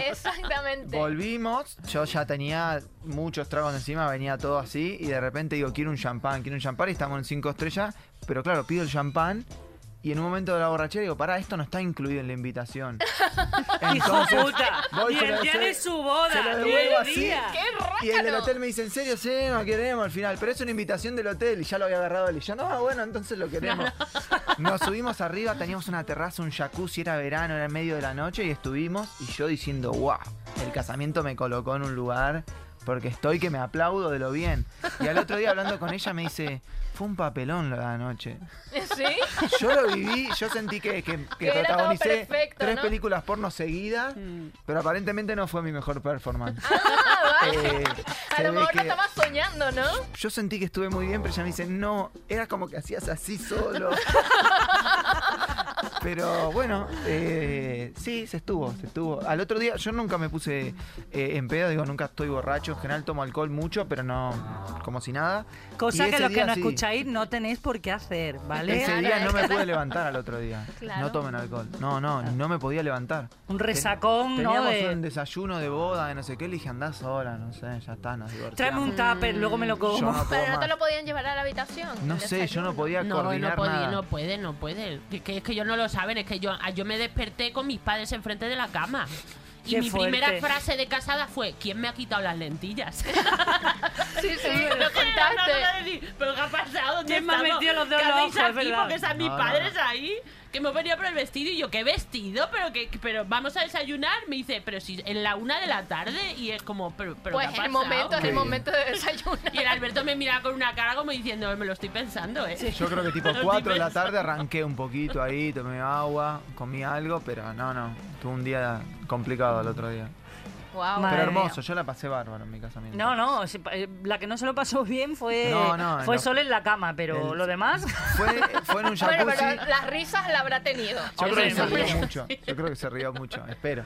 Speaker 4: Exactamente.
Speaker 6: Volvimos, yo ya tenía muchos tragos encima, venía todo así y de repente digo, quiero un champán, quiero un champán y estamos en cinco estrellas, pero claro, pido el champán y en un momento de la borrachera digo, pará, esto no está incluido en la invitación.
Speaker 3: Hijo
Speaker 6: Entonces,
Speaker 3: puta.
Speaker 6: voy,
Speaker 3: Y
Speaker 6: se
Speaker 3: el
Speaker 6: lo-
Speaker 3: día
Speaker 6: se-
Speaker 3: de su boda.
Speaker 6: se lo
Speaker 3: y
Speaker 6: devuelvo
Speaker 3: el
Speaker 6: así.
Speaker 3: día.
Speaker 4: ¡Qué
Speaker 6: Y el del
Speaker 4: rácano!
Speaker 6: hotel me dice, en serio, sí, no queremos al final, pero es una invitación del hotel y ya lo había agarrado él y yo, no, bueno, entonces lo queremos. Nos subimos arriba, teníamos una terraza, un jacuzzi, era verano, era en medio de la noche y estuvimos y yo diciendo, wow, el casamiento me colocó en un lugar porque estoy que me aplaudo de lo bien. Y al otro día hablando con ella me dice, fue un papelón lo de la noche.
Speaker 4: ¿Sí?
Speaker 6: Yo lo viví, yo sentí que, que, que
Speaker 4: Que era todo
Speaker 6: protagonicé
Speaker 4: perfecto,
Speaker 6: tres
Speaker 4: ¿no?
Speaker 6: películas porno seguidas,
Speaker 3: Mm.
Speaker 6: pero aparentemente no fue mi mejor performance.
Speaker 4: Ah, vale.
Speaker 6: Eh,
Speaker 4: A
Speaker 6: se
Speaker 4: lo
Speaker 6: ve
Speaker 4: mejor
Speaker 6: que-
Speaker 4: lo estabas soñando, ¿no?
Speaker 6: yo sentí que estuve muy bien, pero ella me dice, no, era como que hacías así solo. Pero bueno, eh, sí, se estuvo, se estuvo. Al otro día, yo nunca me puse eh, en pedo, digo, nunca estoy borracho. En general tomo alcohol mucho, pero no como si nada.
Speaker 3: Cosa
Speaker 6: Y
Speaker 3: que
Speaker 6: ese
Speaker 3: los que
Speaker 6: día
Speaker 3: no
Speaker 6: sí.
Speaker 3: escucháis no tenéis por qué hacer, ¿vale?
Speaker 6: Ese
Speaker 4: Claro,
Speaker 6: día no me
Speaker 4: es
Speaker 6: pude levantar al otro día.
Speaker 4: Claro.
Speaker 6: No tomen alcohol. No, no, no me podía levantar.
Speaker 3: Un resacón, ¿no?
Speaker 6: Teníamos
Speaker 3: De-
Speaker 6: un desayuno de boda, de no sé qué, le dije, andá sola, no sé, ya está, nos divorciamos.
Speaker 3: Tráeme un tupper, luego me lo como.
Speaker 6: Yo no puedo
Speaker 4: Pero no te
Speaker 6: más.
Speaker 4: lo podían llevar a la habitación.
Speaker 6: No
Speaker 4: el
Speaker 6: sé, yo no
Speaker 4: desayuno.
Speaker 6: podía
Speaker 5: No, no,
Speaker 6: coordinar
Speaker 5: podí-
Speaker 6: nada.
Speaker 5: no puede, no puede. Que, que es que ellos no lo saben, es que yo, ah, yo me desperté con mis padres enfrente de la cama. Y
Speaker 3: Qué
Speaker 5: mi
Speaker 3: fuerte.
Speaker 5: primera frase de casada fue, ¿quién me ha quitado las lentillas?
Speaker 4: Sí, sí, lo
Speaker 5: No, no, no,
Speaker 4: contaste.
Speaker 5: no, decir, ¿Pero qué ha pasado? ¿Dónde
Speaker 3: ¿Quién me ha
Speaker 5: estamos?
Speaker 3: metido los dedos
Speaker 5: ¿Qué
Speaker 3: en los
Speaker 5: hacéis
Speaker 3: ojos? Es
Speaker 5: aquí?
Speaker 3: verdad.
Speaker 5: Porque están mis
Speaker 6: No, no,
Speaker 5: padres
Speaker 6: no.
Speaker 5: ahí. Que me he venido por el vestido y yo, ¿qué vestido? Pero que, que- pero vamos a desayunar. Me dice, pero si en la una de la tarde. Y es como, pero, pero
Speaker 4: Pues
Speaker 5: ¿qué ha
Speaker 4: el
Speaker 5: pasado?
Speaker 4: momento, es el
Speaker 6: Sí.
Speaker 4: momento de desayunar.
Speaker 5: Y el Alberto me mira con una cara como diciendo, me lo estoy pensando, ¿eh?
Speaker 6: Yo creo que tipo
Speaker 5: Los
Speaker 6: 4 de la
Speaker 5: diversos.
Speaker 6: tarde arranqué un poquito ahí, tomé agua, comí algo, pero no, no. Tuve un día complicado el otro día.
Speaker 3: Madre
Speaker 4: Wow.
Speaker 6: Pero
Speaker 3: mía.
Speaker 6: hermoso, yo la pasé bárbaro en mi casamiento.
Speaker 3: No, no, se pa- eh, la que no se lo pasó bien fue,
Speaker 6: No, no,
Speaker 3: fue
Speaker 6: no.
Speaker 3: solo en la cama, pero
Speaker 6: El-
Speaker 3: lo demás.
Speaker 6: Fue, fue en un jacuzzi.
Speaker 4: Bueno, pero las risas la habrá tenido.
Speaker 6: Yo creo que se
Speaker 3: Hombre.
Speaker 6: rió mucho. Yo creo que se rió mucho. Espero.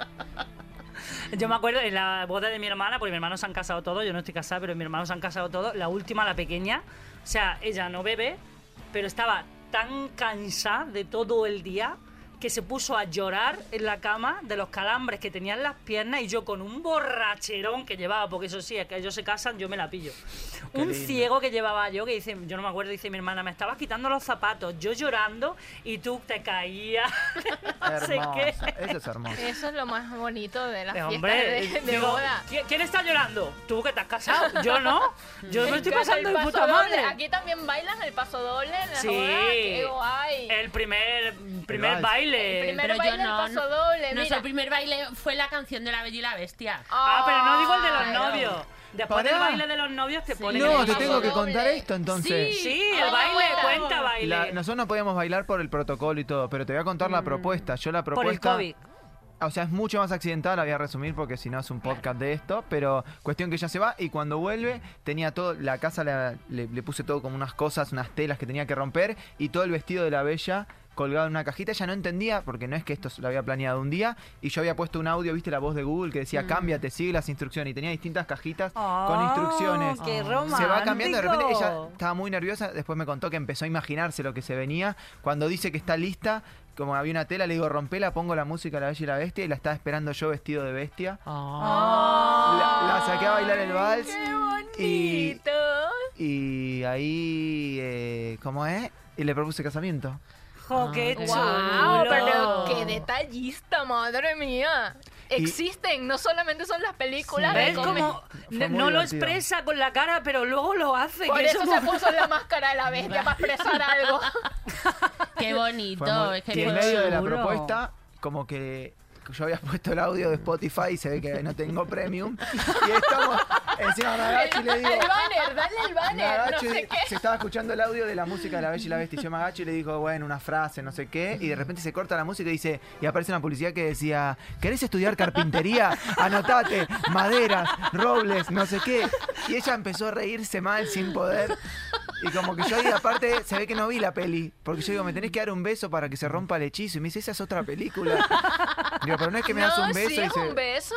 Speaker 3: Yo me acuerdo en la boda de mi hermana, porque mis hermanos se han casado todos, yo no estoy casada, pero mis hermanos se han casado todos. La última, la pequeña, o sea, ella no bebe, pero estaba tan cansada de todo el día que se puso a llorar en la cama de los calambres que tenía en las piernas y yo con un borracherón que llevaba, porque eso sí, es que ellos se casan, yo me la pillo.
Speaker 6: Qué
Speaker 3: un
Speaker 6: lindo.
Speaker 3: ciego que llevaba yo, que dice, yo no me acuerdo, dice mi hermana, me estabas quitando los zapatos, yo llorando y tú te caías. no sé
Speaker 6: Hermoso.
Speaker 3: qué.
Speaker 6: Eso es hermoso.
Speaker 4: Eso es lo más bonito de las
Speaker 3: Eh,
Speaker 4: fiestas
Speaker 3: hombre,
Speaker 4: de, de
Speaker 3: digo,
Speaker 4: boda.
Speaker 3: ¿qui- ¿quién está llorando? ¿Tú que te has casado? Yo no. Yo me
Speaker 4: Me
Speaker 3: estoy
Speaker 4: encanta
Speaker 3: pasando de
Speaker 4: el paso
Speaker 3: puta
Speaker 4: doble.
Speaker 3: madre.
Speaker 4: Aquí también bailan el paso doble en la
Speaker 3: Sí. Eh,
Speaker 4: boda. Qué guay.
Speaker 3: El primer, primer
Speaker 6: vals.
Speaker 3: baile.
Speaker 4: El primer-
Speaker 5: Pero yo
Speaker 4: baile, el
Speaker 5: no.
Speaker 4: paso doble,
Speaker 5: nuestro
Speaker 4: mira.
Speaker 5: primer baile fue la canción de La Bella y la Bestia.
Speaker 3: Ah, pero no digo el de los
Speaker 4: Ay,
Speaker 3: novios. Después
Speaker 6: Pará.
Speaker 3: del baile de los novios te ponen.
Speaker 6: No,
Speaker 3: el
Speaker 6: te
Speaker 3: paso
Speaker 6: tengo que
Speaker 3: doble.
Speaker 6: contar esto entonces.
Speaker 3: Sí,
Speaker 5: Ah,
Speaker 3: el baile,
Speaker 5: bueno.
Speaker 3: cuenta baile.
Speaker 6: La- nosotros no podíamos bailar por el protocolo y todo, pero te voy a contar la propuesta. Yo la
Speaker 3: Mm. Por el
Speaker 6: propuesta.
Speaker 3: COVID.
Speaker 6: O sea, es mucho más accidental, la voy a resumir porque si no es un podcast de esto, pero cuestión que ya se va y cuando vuelve tenía todo, la casa la- le, le puse todo como unas cosas, unas telas que tenía que romper y todo el vestido de la bella colgado en una cajita, ella no entendía porque no es que esto se lo había planeado un día y yo había puesto un audio, viste la voz de Google que decía cámbiate, sigue las instrucciones y tenía distintas cajitas con
Speaker 3: Ah,
Speaker 6: instrucciones.
Speaker 3: qué
Speaker 6: Se va cambiando, de repente ella
Speaker 3: romántico.
Speaker 6: estaba muy nerviosa, después me contó que empezó a imaginarse lo que se venía. Cuando dice que está lista, como había una tela, le digo, rompela, pongo la música de La Bella y la Bestia y la estaba esperando yo vestido de bestia.
Speaker 3: Ah.
Speaker 5: Ah,
Speaker 6: La, la saqué a bailar el vals y,
Speaker 4: Bonito.
Speaker 6: y ahí, eh, ¿cómo es? Y le propuse casamiento.
Speaker 3: Jo, Oh, qué
Speaker 5: Ah,
Speaker 3: chulo.
Speaker 4: Guau, pero qué detallista, madre mía.
Speaker 6: Y-
Speaker 4: Existen, no solamente son las películas. de
Speaker 3: ¿Ves
Speaker 4: comedia.
Speaker 3: cómo
Speaker 6: muy
Speaker 3: no lo
Speaker 6: divertido.
Speaker 3: expresa con la cara, pero luego lo hace?
Speaker 4: Por
Speaker 3: que
Speaker 4: eso
Speaker 3: es
Speaker 4: se
Speaker 3: muy-
Speaker 4: puso la máscara de la bestia para expresar algo.
Speaker 5: Qué bonito.
Speaker 6: Fue muy-
Speaker 5: es que
Speaker 6: y en
Speaker 5: fue-
Speaker 6: medio de la
Speaker 3: seguro.
Speaker 6: propuesta, como que yo había puesto el audio de Spotify y se ve que no tengo premium. Y estamos encima de Magachi y le digo...
Speaker 4: El banner, dale el banner, no
Speaker 6: Magachi
Speaker 4: sé qué.
Speaker 6: se estaba escuchando el audio de la música de La Bella y la Bestia. Y yo me agacho y le digo, bueno, una frase, no sé qué. Y de repente se corta la música y dice, y aparece una publicidad que decía, ¿querés estudiar carpintería? Anotate, maderas, robles, no sé qué. Y ella empezó a reírse mal sin poder. Y como que yo ahí aparte se ve que no vi la peli. Porque yo digo, me tenés que dar un beso para que se rompa el hechizo. Y me dice, esa es otra película. Digo, pero no es que me das
Speaker 4: No,
Speaker 6: un beso
Speaker 4: sí,
Speaker 6: y
Speaker 4: es
Speaker 6: se-
Speaker 4: un beso.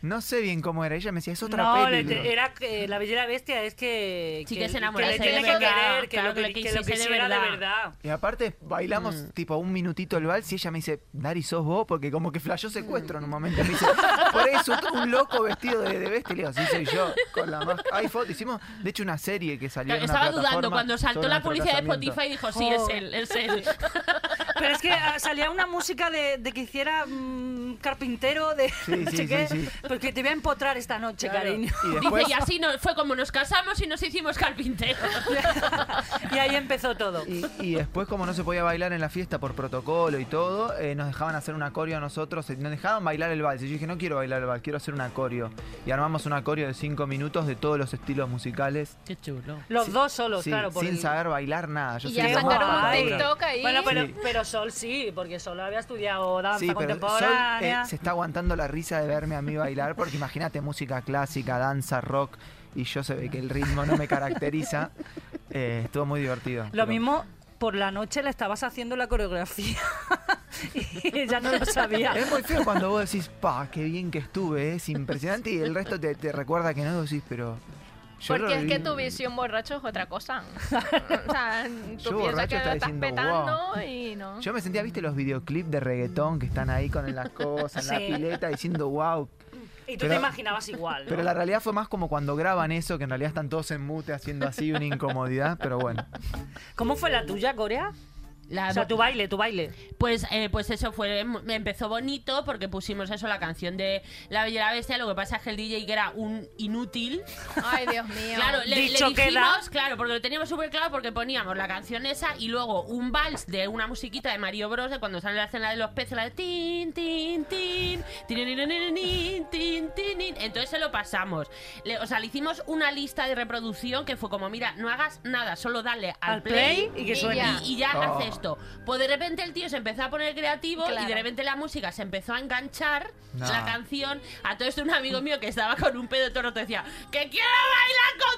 Speaker 6: No sé bien cómo era. Ella me decía, es otra
Speaker 3: no,
Speaker 6: peli.
Speaker 3: le- te- era que la bella y la bestia es que.
Speaker 5: Sí, que se enamorase
Speaker 3: Que le tiene
Speaker 4: de
Speaker 3: que
Speaker 4: verdad,
Speaker 3: querer, que
Speaker 5: claro,
Speaker 3: lo,
Speaker 5: que
Speaker 3: que,
Speaker 5: le
Speaker 3: que
Speaker 5: quisiese
Speaker 3: lo
Speaker 5: de
Speaker 3: quisiera de
Speaker 5: verdad.
Speaker 3: verdad.
Speaker 6: Y aparte bailamos
Speaker 5: Mm.
Speaker 6: tipo un minutito el vals y ella me dice, Dari, sos vos, porque como que flasheó secuestro en
Speaker 5: Mm.
Speaker 6: un momento. Me dice, por eso tú, un loco vestido de, de bestia. Y le digo, sí, soy yo, con la máscara. Hay fotos, hicimos, de hecho, una serie que salió en una
Speaker 5: Estaba dudando
Speaker 6: plataforma
Speaker 5: cuando saltó
Speaker 6: sobre
Speaker 5: la
Speaker 6: nuestro
Speaker 5: publicidad de
Speaker 6: casamiento.
Speaker 5: Spotify y dijo, sí,
Speaker 3: Oh.
Speaker 5: es él, es él.
Speaker 3: Pero es que ah, salía una música de, de que hiciera mm, carpintero de
Speaker 6: Sí,
Speaker 3: no
Speaker 6: sí,
Speaker 3: sé qué,
Speaker 6: sí, sí.
Speaker 3: Porque te voy a empotrar esta noche, cariño.
Speaker 6: Y después,
Speaker 5: Dice, y así no, fue como nos casamos y nos hicimos carpinteros.
Speaker 3: y ahí empezó todo.
Speaker 6: y, y después, como no se podía bailar en la fiesta por protocolo y todo, eh, nos dejaban hacer una coreo a nosotros, eh, nos dejaban bailar el vals. Y yo dije, no quiero bailar el vals, quiero hacer una coreo. Y armamos una coreo de cinco minutos de todos los estilos musicales.
Speaker 5: Qué chulo.
Speaker 3: Los
Speaker 6: Sí,
Speaker 3: dos solos,
Speaker 6: sí,
Speaker 3: claro. por
Speaker 6: sin
Speaker 3: el-
Speaker 6: saber bailar nada. Yo
Speaker 4: Y
Speaker 6: soy
Speaker 4: ya
Speaker 3: Qué
Speaker 6: lo más
Speaker 4: sacaron un
Speaker 3: guay.
Speaker 6: aburrido.
Speaker 4: TikTok ahí.
Speaker 3: Bueno, pero,
Speaker 6: Sí.
Speaker 3: pero Sol sí, porque Sol había estudiado danza
Speaker 6: Sí, pero Sol eh,
Speaker 3: contemporánea.
Speaker 6: se está aguantando la risa de verme a mí bailar, porque imagínate música clásica, danza, rock, y yo se ve que el ritmo no me caracteriza. Eh, estuvo muy divertido.
Speaker 3: Lo
Speaker 6: pero-
Speaker 3: mismo por la noche le estabas haciendo la coreografía. y ya no lo sabía.
Speaker 6: Es muy feo cuando vos decís, pa, qué bien que estuve, es impresionante y el resto te, te recuerda que no, y decís, pero... yo lo
Speaker 4: Porque es que
Speaker 6: viví-
Speaker 4: tu visión borracho es otra cosa. o sea, tú
Speaker 6: Yo
Speaker 4: piensas
Speaker 6: borracho
Speaker 4: que lo
Speaker 6: estaba
Speaker 4: estás
Speaker 6: diciendo,
Speaker 4: petando y no.
Speaker 6: Yo me sentía, viste, los videoclips de reggaetón que están ahí con las cosas, en la
Speaker 3: Sí.
Speaker 6: pileta, diciendo, wow.
Speaker 3: Y tú
Speaker 6: Pero-
Speaker 3: te imaginabas igual. ¿no?
Speaker 6: Pero la realidad fue más como cuando graban eso, que en realidad están todos en mute haciendo así una incomodidad, pero bueno.
Speaker 3: ¿Cómo fue la tuya, Corea?
Speaker 5: La-
Speaker 3: O sea, tu baile, tu baile.
Speaker 5: Pues, eh, pues eso fue, em- empezó bonito porque pusimos eso, la canción de La Bella y la Bestia. Lo que pasa es que el DJ que era un inútil.
Speaker 4: Ay, Dios mío.
Speaker 5: Claro, le, le
Speaker 3: Dicho
Speaker 5: dijimos,
Speaker 3: queda.
Speaker 5: claro, porque lo teníamos súper claro porque poníamos la canción esa y luego un vals de una musiquita de Mario Bros. de cuando sale la escena de los peces, la de tin, tin, tin, tin, tin, tin. Entonces se lo pasamos. Le- o sea, le hicimos una lista de reproducción que fue como, mira, no hagas nada, solo dale al,
Speaker 3: Al play y que
Speaker 4: y
Speaker 3: suena.
Speaker 4: ya.
Speaker 5: y ya
Speaker 6: Oh.
Speaker 5: hace esto. Pues de repente el tío se empezó a poner creativo y de
Speaker 4: Claro.
Speaker 5: repente la música se empezó a enganchar
Speaker 6: No.
Speaker 5: la canción. A todo esto un amigo mío que estaba con un pedo todo te decía que quiero bailar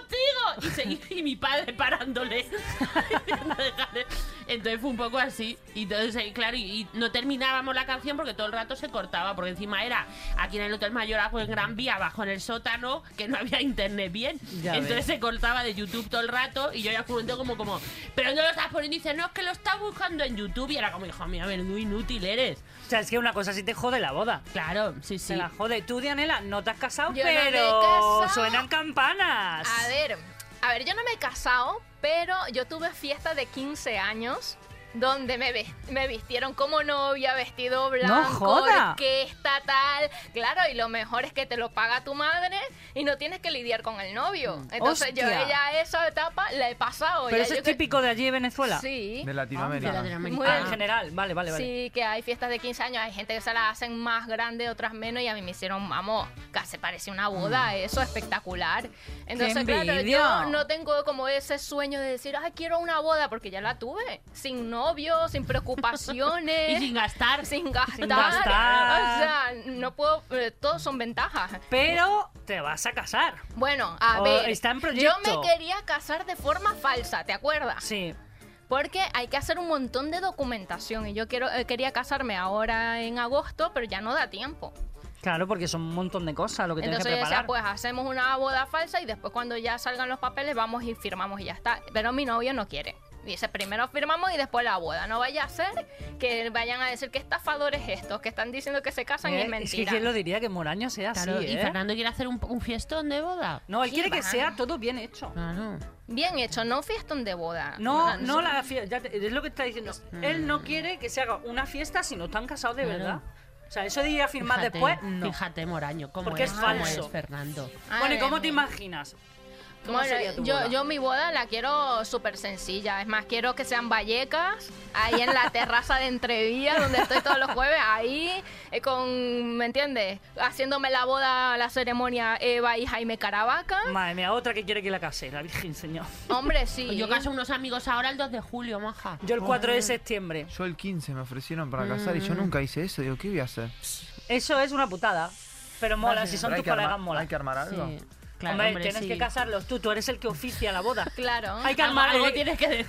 Speaker 5: contigo y, se- y mi padre parándole. diciendo, "Déjale". entonces fue un poco así y entonces eh, claro y, y no terminábamos la canción porque todo el rato se cortaba porque encima era aquí en el hotel Mayorazgo en Gran Vía abajo en el sótano que no había internet bien
Speaker 3: Ya
Speaker 5: entonces
Speaker 3: ves.
Speaker 5: se cortaba de YouTube todo el rato y yo ya comenté como como pero no lo estás poniendo y dice no es que lo estás buscando en YouTube y era como hijo mío menudo inútil eres
Speaker 3: O sea, es que una cosa así te jode la boda.
Speaker 5: claro sí
Speaker 3: Se
Speaker 5: sí
Speaker 3: la jode. Tú, Dianela, no te has casado,
Speaker 4: Yo no me he
Speaker 3: pero
Speaker 4: casado.
Speaker 3: suenan campanas.
Speaker 4: A ver, a ver, yo no me he casado, pero yo tuve fiesta de 15 años donde me, ves- me vistieron como novia, vestido blanco,
Speaker 3: joda.
Speaker 4: orquesta, tal. Claro, y lo mejor es que te lo paga tu madre y no tienes que lidiar con el novio. Entonces
Speaker 3: Mm. Hostia.
Speaker 4: yo ya esa etapa la he pasado.
Speaker 3: Pero
Speaker 4: ya
Speaker 3: eso
Speaker 4: yo
Speaker 3: es
Speaker 4: que-
Speaker 3: típico de allí de Venezuela.
Speaker 4: Sí.
Speaker 6: De Latinoamérica.
Speaker 5: De Latinoamérica.
Speaker 4: Muy
Speaker 3: Ah,
Speaker 4: bien.
Speaker 3: en general. Vale, vale, vale.
Speaker 4: Sí, que hay fiestas de 15 años, hay gente que se la hacen más grande, otras menos, y a mí me hicieron, vamos, casi parece una boda, eso espectacular. Entonces, claro,
Speaker 3: Mm. envidia!
Speaker 4: yo no tengo como ese sueño de decir, ay, quiero una boda, porque ya la tuve, sin novio, sin
Speaker 5: y
Speaker 4: preocupaciones.
Speaker 5: sin gastar
Speaker 4: sin gastar.
Speaker 3: gastar.
Speaker 4: O sea, no puedo. eh, todos son ventajas.
Speaker 3: Pero te vas a casar.
Speaker 4: Bueno, a
Speaker 3: O
Speaker 4: ver.
Speaker 3: Oh, está en
Speaker 4: yo me
Speaker 3: proyecto.
Speaker 4: quería casar de forma falsa, ¿te acuerdas?
Speaker 3: Sí.
Speaker 4: Porque hay que hacer un montón de documentación y yo quiero, eh, quería casarme ahora en agosto, pero ya no da tiempo.
Speaker 3: Claro, porque son un montón de cosas lo que tienes
Speaker 4: Entonces
Speaker 3: que
Speaker 4: yo decía,
Speaker 3: preparar.
Speaker 4: pues hacemos una boda falsa y después cuando ya salgan los papeles vamos y firmamos y ya está. Pero mi novio no quiere. Dice, primero firmamos y después la boda. No vaya a ser que vayan a decir que estafadores estos, que están diciendo que se casan y
Speaker 3: Eh,
Speaker 4: es
Speaker 3: que
Speaker 4: mentira.
Speaker 3: quién lo diría que Moraño sea
Speaker 5: Claro,
Speaker 3: así,
Speaker 5: y
Speaker 3: ¿eh?
Speaker 5: Fernando quiere hacer un, un fiestón de boda
Speaker 3: No, él
Speaker 4: ¿Qué
Speaker 3: quiere que
Speaker 4: va?
Speaker 3: sea todo bien hecho.
Speaker 5: claro
Speaker 4: Bien hecho, no fiestón de boda.
Speaker 3: No, no la fie- ya te- es lo que está diciendo. Él no quiere que se haga una fiesta si no están casados de
Speaker 5: Claro.
Speaker 3: verdad. O sea, eso de ir a firmar
Speaker 5: Fíjate,
Speaker 3: después, no.
Speaker 5: fíjate Moraño cómo
Speaker 3: Porque
Speaker 5: eres,
Speaker 3: es
Speaker 5: cómo
Speaker 3: falso.
Speaker 5: eres, Fernando
Speaker 3: Bueno, ¿y
Speaker 4: Ay,
Speaker 3: cómo
Speaker 4: Dios
Speaker 3: te
Speaker 4: mío.
Speaker 3: imaginas? ¿Cómo
Speaker 4: Bueno,
Speaker 3: sería tu
Speaker 4: yo,
Speaker 3: boda?
Speaker 4: yo mi boda la quiero súper sencilla. Es más, quiero que sean vallecas, ahí en la terraza de Entrevía, donde estoy todos los jueves, ahí eh, con, ¿me entiendes? Haciéndome la boda, la ceremonia Eva y Jaime Caravaca.
Speaker 3: Madre mía, otra que quiere que la case, la Virgen Señor.
Speaker 4: Hombre, sí.
Speaker 5: yo caso unos amigos ahora el 2 de julio maja
Speaker 3: Yo el 4 de septiembre.
Speaker 6: Yo el 15 me ofrecieron para casar
Speaker 3: Mm.
Speaker 6: y yo nunca hice eso. Digo, ¿qué voy a hacer?
Speaker 3: Eso es una putada. Pero mola, si son
Speaker 6: Pero hay
Speaker 3: tus
Speaker 6: que armar-
Speaker 3: colegas, mola.
Speaker 6: Hay que armar algo.
Speaker 5: Sí. Claro,
Speaker 3: hombre,
Speaker 5: hombre,
Speaker 3: tienes
Speaker 5: sí.
Speaker 3: que casarlos tú, tú eres el que oficia la boda.
Speaker 4: Claro.
Speaker 3: Hay que
Speaker 5: Algo-
Speaker 3: armar
Speaker 5: algo
Speaker 3: ale-
Speaker 5: tienes que decir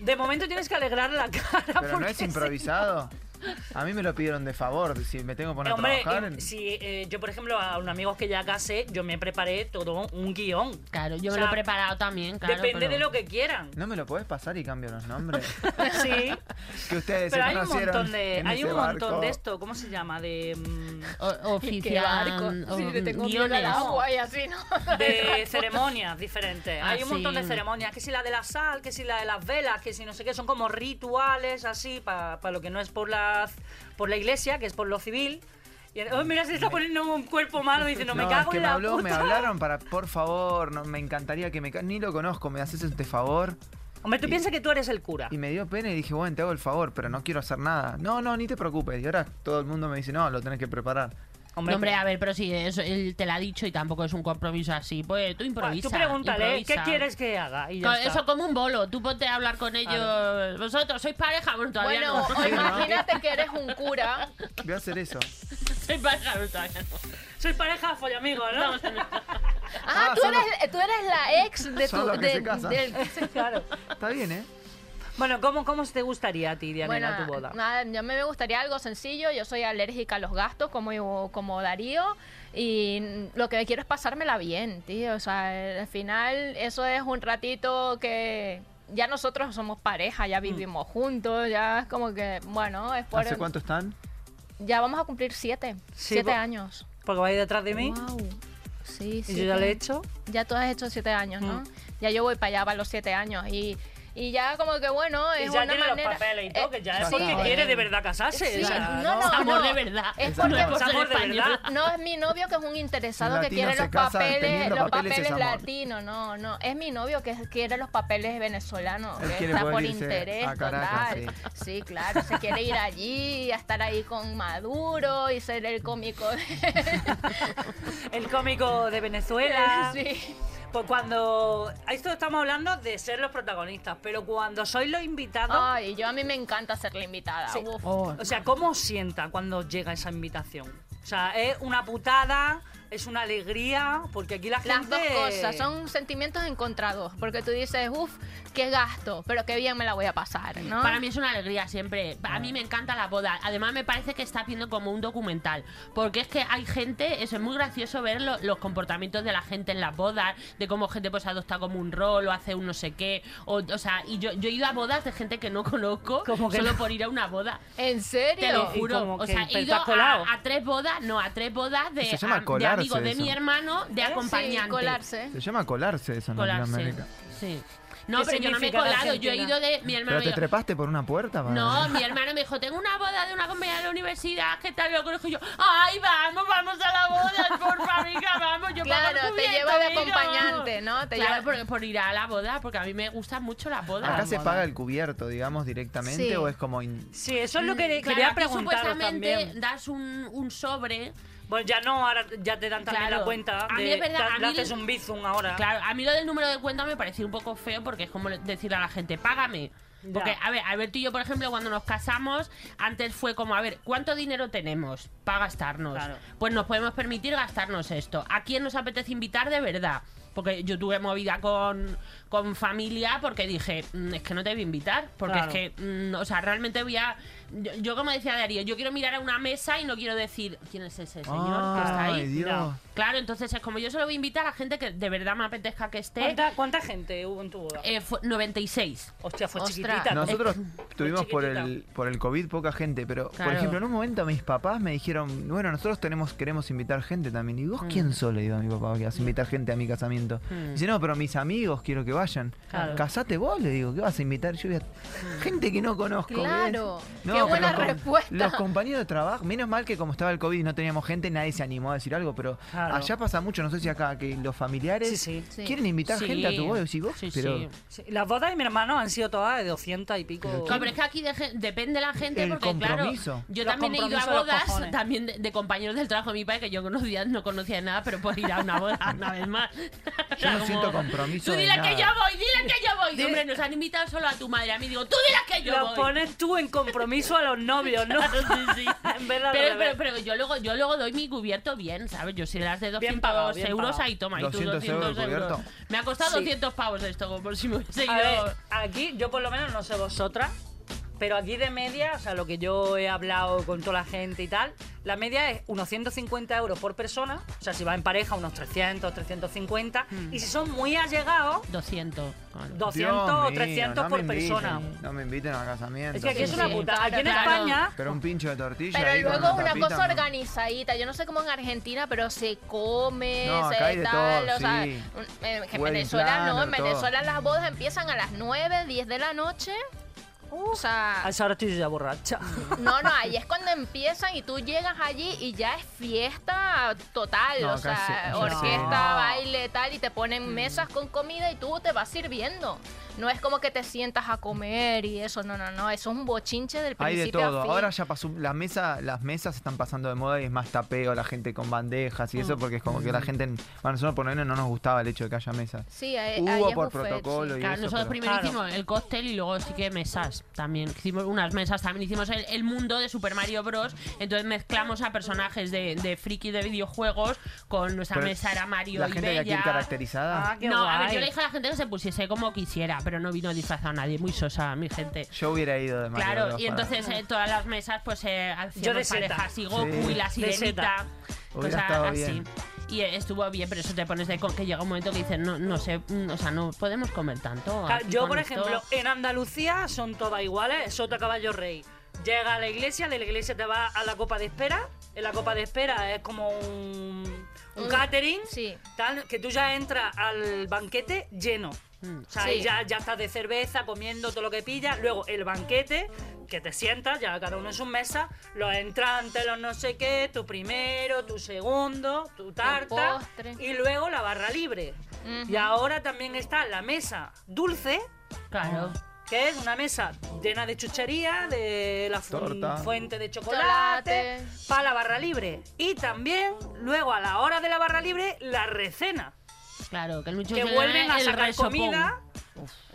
Speaker 3: De momento tienes que alegrar la cara.
Speaker 6: Pero no
Speaker 3: porque
Speaker 6: es improvisado. A mí me lo pidieron de favor. Si me tengo que poner
Speaker 3: Hombre,
Speaker 6: a trabajar.
Speaker 3: eh, si eh, yo, por ejemplo, a un amigo que ya casé, yo me preparé todo un guión.
Speaker 5: Claro, yo
Speaker 3: O
Speaker 5: me lo
Speaker 3: sea,
Speaker 5: he preparado también, claro.
Speaker 3: Depende
Speaker 5: pero-
Speaker 3: de lo que quieran.
Speaker 6: No me lo podés pasar y cambio los nombres.
Speaker 3: Sí.
Speaker 6: que ustedes
Speaker 3: Pero
Speaker 6: se
Speaker 3: hay un
Speaker 6: conocieron
Speaker 3: montón de.
Speaker 6: en
Speaker 3: Hay
Speaker 6: ese
Speaker 3: un montón
Speaker 6: barco.
Speaker 3: de esto. ¿Cómo se llama? De. mm,
Speaker 5: O- oficial. o-
Speaker 4: Sí, le tengo miedo al
Speaker 5: guiones.
Speaker 4: agua y así, ¿no?
Speaker 3: De ceremonias diferentes.
Speaker 5: Ah,
Speaker 3: Hay un montón de
Speaker 5: sí.
Speaker 3: ceremonias. Que si la de la sal, que si la de las velas, que si no sé qué. Son como rituales así. Para lo que no es por la, por la iglesia, que es por lo civil. Y, oh, mira, se está poniendo un cuerpo malo diciendo, me
Speaker 6: No,
Speaker 3: cago
Speaker 6: es que
Speaker 3: en
Speaker 6: me
Speaker 3: la
Speaker 6: habló, me
Speaker 3: puta".
Speaker 6: hablaron para, por favor, no, me encantaría que me... ca- Ni lo conozco, me haces este favor.
Speaker 3: Hombre, tú
Speaker 6: Y-
Speaker 3: piensas que tú eres el cura.
Speaker 6: Y me dio pena y dije, bueno, te hago el favor, pero no quiero hacer nada. No, no, ni te preocupes. Y ahora todo el mundo me dice, no, lo tenés que preparar.
Speaker 5: No, hombre, a ver, pero si eso, él te lo ha dicho y tampoco es un compromiso así, pues tú
Speaker 3: Bueno,
Speaker 5: improvisa.
Speaker 3: Tú pregúntale, ¿eh?
Speaker 5: improvisa.
Speaker 3: ¿qué quieres que haga? Y ya
Speaker 5: Co-
Speaker 3: está.
Speaker 5: Eso como un bolo, tú ponte a hablar con ellos. Vosotros sois pareja, bueno, todavía
Speaker 4: Bueno,
Speaker 5: no.
Speaker 4: o imagínate que eres un cura.
Speaker 6: Voy a hacer eso.
Speaker 5: Sois pareja, bueno, todavía no.
Speaker 3: Soy pareja follamigo, ¿no?
Speaker 4: Ah,
Speaker 6: Ah,
Speaker 4: tú,
Speaker 6: son
Speaker 4: eres, tú eres la ex de
Speaker 6: son
Speaker 4: tu.
Speaker 6: los que
Speaker 4: de-
Speaker 6: se casan.
Speaker 4: del-
Speaker 3: claro.
Speaker 6: Está bien, ¿eh?
Speaker 3: Bueno, ¿cómo, cómo te gustaría a ti, Dianela, tu boda?
Speaker 4: nada, yo me gustaría algo sencillo. Yo soy alérgica a los gastos, como, yo- como Darío. Y mm, lo que quiero es pasármela bien, tío. O sea, al final, eso es un ratito que. Ya nosotros somos pareja,
Speaker 3: Mm.
Speaker 4: ya vivimos juntos, ya es como que, bueno, es por...
Speaker 6: ¿Hace cuánto están?
Speaker 4: Ya vamos a cumplir siete,
Speaker 3: Sí,
Speaker 4: siete
Speaker 3: vo-
Speaker 4: años.
Speaker 3: Porque vais detrás de mí
Speaker 4: Wow. Sí,
Speaker 3: y yo ya
Speaker 4: siete.
Speaker 3: le he hecho.
Speaker 4: Ya tú has hecho siete años, ¿no?
Speaker 3: Mm.
Speaker 4: Ya yo voy para allá, para los siete años. Y, y ya como que, bueno, es
Speaker 3: Y ya
Speaker 4: una
Speaker 3: tiene
Speaker 4: manera...
Speaker 3: los papeles y todo,
Speaker 4: eh,
Speaker 3: que ya es
Speaker 6: sí,
Speaker 3: porque
Speaker 6: joder.
Speaker 3: quiere de verdad casarse.
Speaker 4: Sí,
Speaker 3: o sea,
Speaker 4: no, no,
Speaker 5: amor
Speaker 4: no.
Speaker 5: de verdad.
Speaker 4: Es
Speaker 5: No
Speaker 4: porque-
Speaker 5: cosa
Speaker 3: Amor de
Speaker 5: española.
Speaker 3: verdad.
Speaker 4: No es mi novio que es un interesado
Speaker 6: Un
Speaker 4: que
Speaker 6: latino
Speaker 4: quiere
Speaker 6: se
Speaker 4: los
Speaker 6: casa
Speaker 4: papeles,
Speaker 6: teniendo
Speaker 4: los
Speaker 6: papeles,
Speaker 4: papeles
Speaker 6: es amor.
Speaker 4: latinos, no, no, es mi novio que quiere los papeles venezolanos,
Speaker 6: Él
Speaker 4: que
Speaker 6: quiere
Speaker 4: está
Speaker 6: poder
Speaker 4: por
Speaker 6: irse
Speaker 4: interés
Speaker 6: a Caracas,
Speaker 4: total. Sí. claro, se quiere ir allí, a estar ahí con Maduro y ser el cómico.
Speaker 3: el cómico de Venezuela.
Speaker 4: Sí.
Speaker 3: Pues cuando. a Esto estamos hablando de ser los protagonistas, pero cuando sois los invitados.
Speaker 4: Ay, yo a mí me encanta ser la invitada.
Speaker 3: Sí.
Speaker 4: uf.
Speaker 5: Oh,
Speaker 3: O sea, ¿cómo os sienta cuando os llega esa invitación? O sea, es una putada, es una alegría, porque aquí la
Speaker 4: Las
Speaker 3: gente.
Speaker 4: dos cosas son sentimientos encontrados, porque tú dices, uff, qué gasto, pero qué bien me la voy a pasar, ¿no?
Speaker 5: Para mí es una alegría siempre. A mí me encanta la boda. Además, me parece que está viendo como un documental. Porque es que hay gente, eso es muy gracioso ver lo- los comportamientos de la gente en las bodas, de cómo gente pues adopta como un rol o hace un no sé qué. O, o sea, y yo, yo he ido a bodas de gente que no conozco
Speaker 3: ¿Cómo que
Speaker 5: solo
Speaker 3: no?
Speaker 5: por ir a una boda.
Speaker 4: ¿En serio?
Speaker 5: Te lo
Speaker 3: Y
Speaker 5: juro.
Speaker 3: como
Speaker 5: O
Speaker 3: que
Speaker 5: sea, he
Speaker 3: te
Speaker 5: ido
Speaker 3: has colado.
Speaker 5: a, a tres bodas, no, a tres bodas de,
Speaker 6: Se llama
Speaker 5: am- de
Speaker 6: colarse
Speaker 5: amigos de
Speaker 6: eso.
Speaker 5: mi hermano,
Speaker 3: ¿Eh?
Speaker 5: de
Speaker 4: Sí,
Speaker 5: acompañante.
Speaker 4: colarse.
Speaker 6: Se llama colarse eso en
Speaker 5: Colarse.
Speaker 6: Latinoamérica.
Speaker 5: Sí. No,
Speaker 3: ¿Qué
Speaker 5: pero yo no me he
Speaker 3: significa la
Speaker 5: colado. Yo he
Speaker 3: Argentina?
Speaker 5: ido de mi hermano.
Speaker 6: ¿Pero
Speaker 5: y
Speaker 6: te
Speaker 5: yo-
Speaker 6: trepaste por una puerta? Para...
Speaker 5: no, mi hermano me dijo, tengo una boda de una compañera de la universidad, ¿qué tal? Lo conozco Y yo, ¡ay, vamos, vamos a la boda, porfa, amiga, vamos! Yo pago el
Speaker 4: Claro, te
Speaker 5: cubierto,
Speaker 4: lleva de
Speaker 5: amiga,
Speaker 4: acompañante,
Speaker 5: vamos".
Speaker 4: ¿no? Te
Speaker 5: claro,
Speaker 4: lleva-
Speaker 5: por, por ir a la boda, porque a mí me gusta mucho la boda.
Speaker 6: ¿Acá se paga el cubierto, digamos, directamente
Speaker 4: Sí.
Speaker 6: o es como... in-
Speaker 3: Sí, eso es lo que
Speaker 5: Mm, Claro,
Speaker 3: quería
Speaker 5: aquí
Speaker 3: preguntaros
Speaker 5: supuestamente
Speaker 3: también.
Speaker 5: das un, un sobre...
Speaker 3: Bueno, ya no, ahora ya te dan también
Speaker 5: Claro.
Speaker 3: la cuenta.
Speaker 5: A mí
Speaker 3: de-
Speaker 5: es verdad,
Speaker 3: te-
Speaker 5: a
Speaker 3: le
Speaker 5: mí-
Speaker 3: haces un bizum ahora.
Speaker 5: Claro, a mí lo del número de cuenta me pareció un poco feo porque es como decirle a la gente, págame.
Speaker 3: Ya.
Speaker 5: Porque, a ver, Alberto y yo, por ejemplo, cuando nos casamos, antes fue como, a ver, ¿cuánto dinero tenemos para gastarnos?
Speaker 3: Claro.
Speaker 5: Pues nos podemos permitir gastarnos esto. ¿A quién nos apetece invitar de verdad? Porque yo tuve movida con, con familia porque dije, "Mm, es que no te voy a invitar. Porque
Speaker 3: Claro.
Speaker 5: es que, mm, o sea, realmente voy a... Yo, yo como decía Darío, yo quiero mirar a una mesa y no quiero decir, ¿quién es ese señor
Speaker 3: Ah,
Speaker 5: que está
Speaker 6: Ay,
Speaker 5: ahí?
Speaker 6: Dios.
Speaker 3: Ya.
Speaker 5: Claro, entonces es como yo solo voy a invitar a gente que de verdad me apetezca que esté.
Speaker 3: ¿Cuánta, cuánta gente hubo en tu boda?
Speaker 5: Eh, fue 96.
Speaker 3: Hostia, fue
Speaker 4: ostras.
Speaker 3: chiquitita. ¿no?
Speaker 6: Nosotros tuvimos por
Speaker 3: chiquitita.
Speaker 6: el, por el COVID poca gente, pero por
Speaker 5: Claro.
Speaker 6: ejemplo, en un momento mis papás me dijeron, bueno, nosotros tenemos queremos invitar gente también. ¿Y vos quién sos? Le digo a mi papá, que vas a invitar gente a mi casamiento.
Speaker 5: Mm.
Speaker 6: Dice, no, pero mis amigos quiero que vayan.
Speaker 3: Claro.
Speaker 6: Casate vos, le digo, ¿qué vas a invitar? Yo voy a... Gente que no conozco. ¿ves?
Speaker 4: Claro. Qué
Speaker 6: pero
Speaker 4: buena
Speaker 6: los com-
Speaker 4: respuesta.
Speaker 6: Los compañeros de trabajo, menos mal que como estaba el COVID y no teníamos gente, nadie se animó a decir algo, pero
Speaker 3: Claro.
Speaker 6: allá pasa mucho, no sé si acá, que los familiares
Speaker 3: Sí, sí.
Speaker 4: Sí.
Speaker 6: quieren invitar
Speaker 5: Sí.
Speaker 6: gente a tu boda. Y vos,
Speaker 5: Sí,
Speaker 6: pero...
Speaker 5: sí.
Speaker 3: Sí, Las bodas de mi hermano han sido todas de 200 y pico.
Speaker 5: No, pero es que aquí deje- depende la gente
Speaker 6: El
Speaker 5: porque, claro,
Speaker 6: compromiso.
Speaker 5: yo
Speaker 3: Los
Speaker 5: también he ido a
Speaker 3: compromisos de los
Speaker 5: bodas
Speaker 3: cojones.
Speaker 5: también de, de compañeros del trabajo de mi padre que yo conocía, no conocía de nada, pero por ir a una boda una vez más. O sea,
Speaker 6: no siento compromiso
Speaker 5: Tú
Speaker 6: de
Speaker 5: dile que
Speaker 6: nada".
Speaker 5: yo voy, dile que yo voy. Y, Hombre, nos han invitado solo a tu madre. A mí digo, tú dile que yo
Speaker 3: Lo
Speaker 5: voy.
Speaker 3: pones tú en compromiso a los novios, ¿no?
Speaker 5: Claro, sí, sí.
Speaker 3: En vez de al
Speaker 5: pero,
Speaker 3: revés.
Speaker 5: pero, pero yo luego yo luego doy mi cubierto bien, ¿sabes? Yo si las de 200
Speaker 3: Bien pagado, bien
Speaker 5: euros,
Speaker 3: pagado.
Speaker 5: ahí toma. y tú
Speaker 6: 200 euros el cubierto.
Speaker 5: Me ha costado
Speaker 3: Sí.
Speaker 5: 200 pavos esto, como por si me hubiese ido...
Speaker 3: A ver, aquí yo por lo menos no sé vosotras, pero aquí de media, o sea, lo que yo he hablado con toda la gente y tal, la media es unos 150 euros por persona, o sea, si va en pareja unos 300, 350, y si son muy allegados,
Speaker 5: 200. claro.
Speaker 3: 200 o
Speaker 6: Dios mío,
Speaker 3: 300
Speaker 6: no
Speaker 3: por
Speaker 6: me inviten,
Speaker 3: persona.
Speaker 6: No me inviten a casamiento.
Speaker 3: Es que aquí
Speaker 5: Sí,
Speaker 3: es una
Speaker 5: sí.
Speaker 3: puta. Aquí en
Speaker 5: Claro.
Speaker 3: España,
Speaker 6: Pero un pincho de tortilla.
Speaker 4: Pero
Speaker 6: ahí con
Speaker 4: luego
Speaker 6: una
Speaker 4: una
Speaker 6: tapita,
Speaker 4: cosa
Speaker 6: no.
Speaker 4: organizadita. Yo no sé cómo en Argentina, pero se come,
Speaker 6: No, acá
Speaker 4: se
Speaker 6: hay de
Speaker 4: tal.
Speaker 6: todo,
Speaker 4: o sea,
Speaker 6: sí.
Speaker 4: un- eh, que en
Speaker 6: Wedding
Speaker 4: Venezuela no. En
Speaker 6: planner, todo.
Speaker 4: Venezuela las bodas empiezan a las 9, 10 de la noche. o sea,
Speaker 3: a esa hora estoy ya borracha.
Speaker 4: no, no, ahí es cuando empiezan y tú llegas allí y ya es fiesta total.
Speaker 6: No, Mm.
Speaker 4: o
Speaker 6: acá
Speaker 4: sea,
Speaker 6: sí, allá sí.
Speaker 4: orquesta,
Speaker 3: No.
Speaker 4: baile, tal. Y te ponen mesas con comida y tú te vas sirviendo. No es como que te sientas a comer y eso, no, no, no. Eso es un bochinche del
Speaker 6: Hay
Speaker 4: principio
Speaker 6: de todo.
Speaker 4: a fin.
Speaker 6: Ahora ya pasó. La mesa, las mesas están pasando de moda y es más tapeo, la gente con bandejas y eso, porque es como que la gente. en- Bueno, nosotros por lo menos no nos gustaba el hecho de que haya mesas.
Speaker 4: Sí, ahí, ahí
Speaker 6: Hubo
Speaker 4: es
Speaker 6: por
Speaker 4: buffet,
Speaker 6: protocolo
Speaker 4: sí.
Speaker 6: y
Speaker 5: Claro,
Speaker 6: eso.
Speaker 5: nosotros
Speaker 6: pero-
Speaker 5: primero
Speaker 3: Claro.
Speaker 5: hicimos el cóctel y luego sí que mesas. mesas también. Hicimos unas mesas también. Hicimos el, el mundo de Super Mario Bros. Entonces mezclamos a personajes de, de friki de videojuegos con nuestra
Speaker 6: Pero
Speaker 5: mesa era Mario
Speaker 6: La
Speaker 5: y
Speaker 6: gente de aquí
Speaker 5: Bella.
Speaker 6: caracterizada.
Speaker 3: Ah, qué
Speaker 5: no, a ver,
Speaker 3: guay.
Speaker 5: yo le dije a la gente que se pusiese como quisiera, pero no vino disfrazado nadie, muy sosa mi gente.
Speaker 6: Yo hubiera ido de Mario
Speaker 5: Claro,
Speaker 6: Bros
Speaker 5: y
Speaker 6: para-
Speaker 5: entonces eh, todas las mesas pues eh,
Speaker 3: Yo de
Speaker 5: hacíamos
Speaker 3: seta.
Speaker 5: parejas y Goku
Speaker 6: Sí.
Speaker 5: y la
Speaker 3: De
Speaker 5: sirenita,
Speaker 3: seta.
Speaker 6: Hubiera
Speaker 5: cosas
Speaker 6: estado
Speaker 5: así.
Speaker 6: bien.
Speaker 5: Y eh, estuvo bien, pero eso te pones de con que llega un momento que dices, no, no sé, mm, o sea, no podemos comer tanto.
Speaker 3: Claro,
Speaker 5: aquí
Speaker 3: Yo,
Speaker 5: con
Speaker 3: por
Speaker 5: esto".
Speaker 3: ejemplo, en Andalucía son todas iguales, Soto Caballo Rey. Llega a la iglesia, de la iglesia te va a la copa de espera. En la copa de espera es como un, un
Speaker 4: Un-
Speaker 3: catering,
Speaker 4: Sí.
Speaker 3: tal, que tú ya entras al banquete lleno.
Speaker 5: Mm.
Speaker 3: O sea,
Speaker 4: Sí.
Speaker 3: ya, ya estás de cerveza, comiendo todo lo que pillas. Luego el banquete, que te sientas, ya cada uno en su mesa, los entrantes, los no sé qué, tu primero, tu segundo, tu tarta.
Speaker 4: postre.
Speaker 3: Y luego la barra libre. Y ahora también está la mesa dulce,
Speaker 5: Claro.
Speaker 6: Ah.
Speaker 3: que es una mesa llena de chuchería, de la fu-
Speaker 6: Torta.
Speaker 3: fuente de chocolate,
Speaker 4: Chocolate.
Speaker 3: para la barra libre. Y también, luego a la hora de la barra libre, la recena,
Speaker 5: Claro, que el mucho
Speaker 3: que
Speaker 5: se le
Speaker 3: vuelven
Speaker 5: da
Speaker 3: a
Speaker 5: el
Speaker 3: sacar
Speaker 5: resopón.
Speaker 3: comida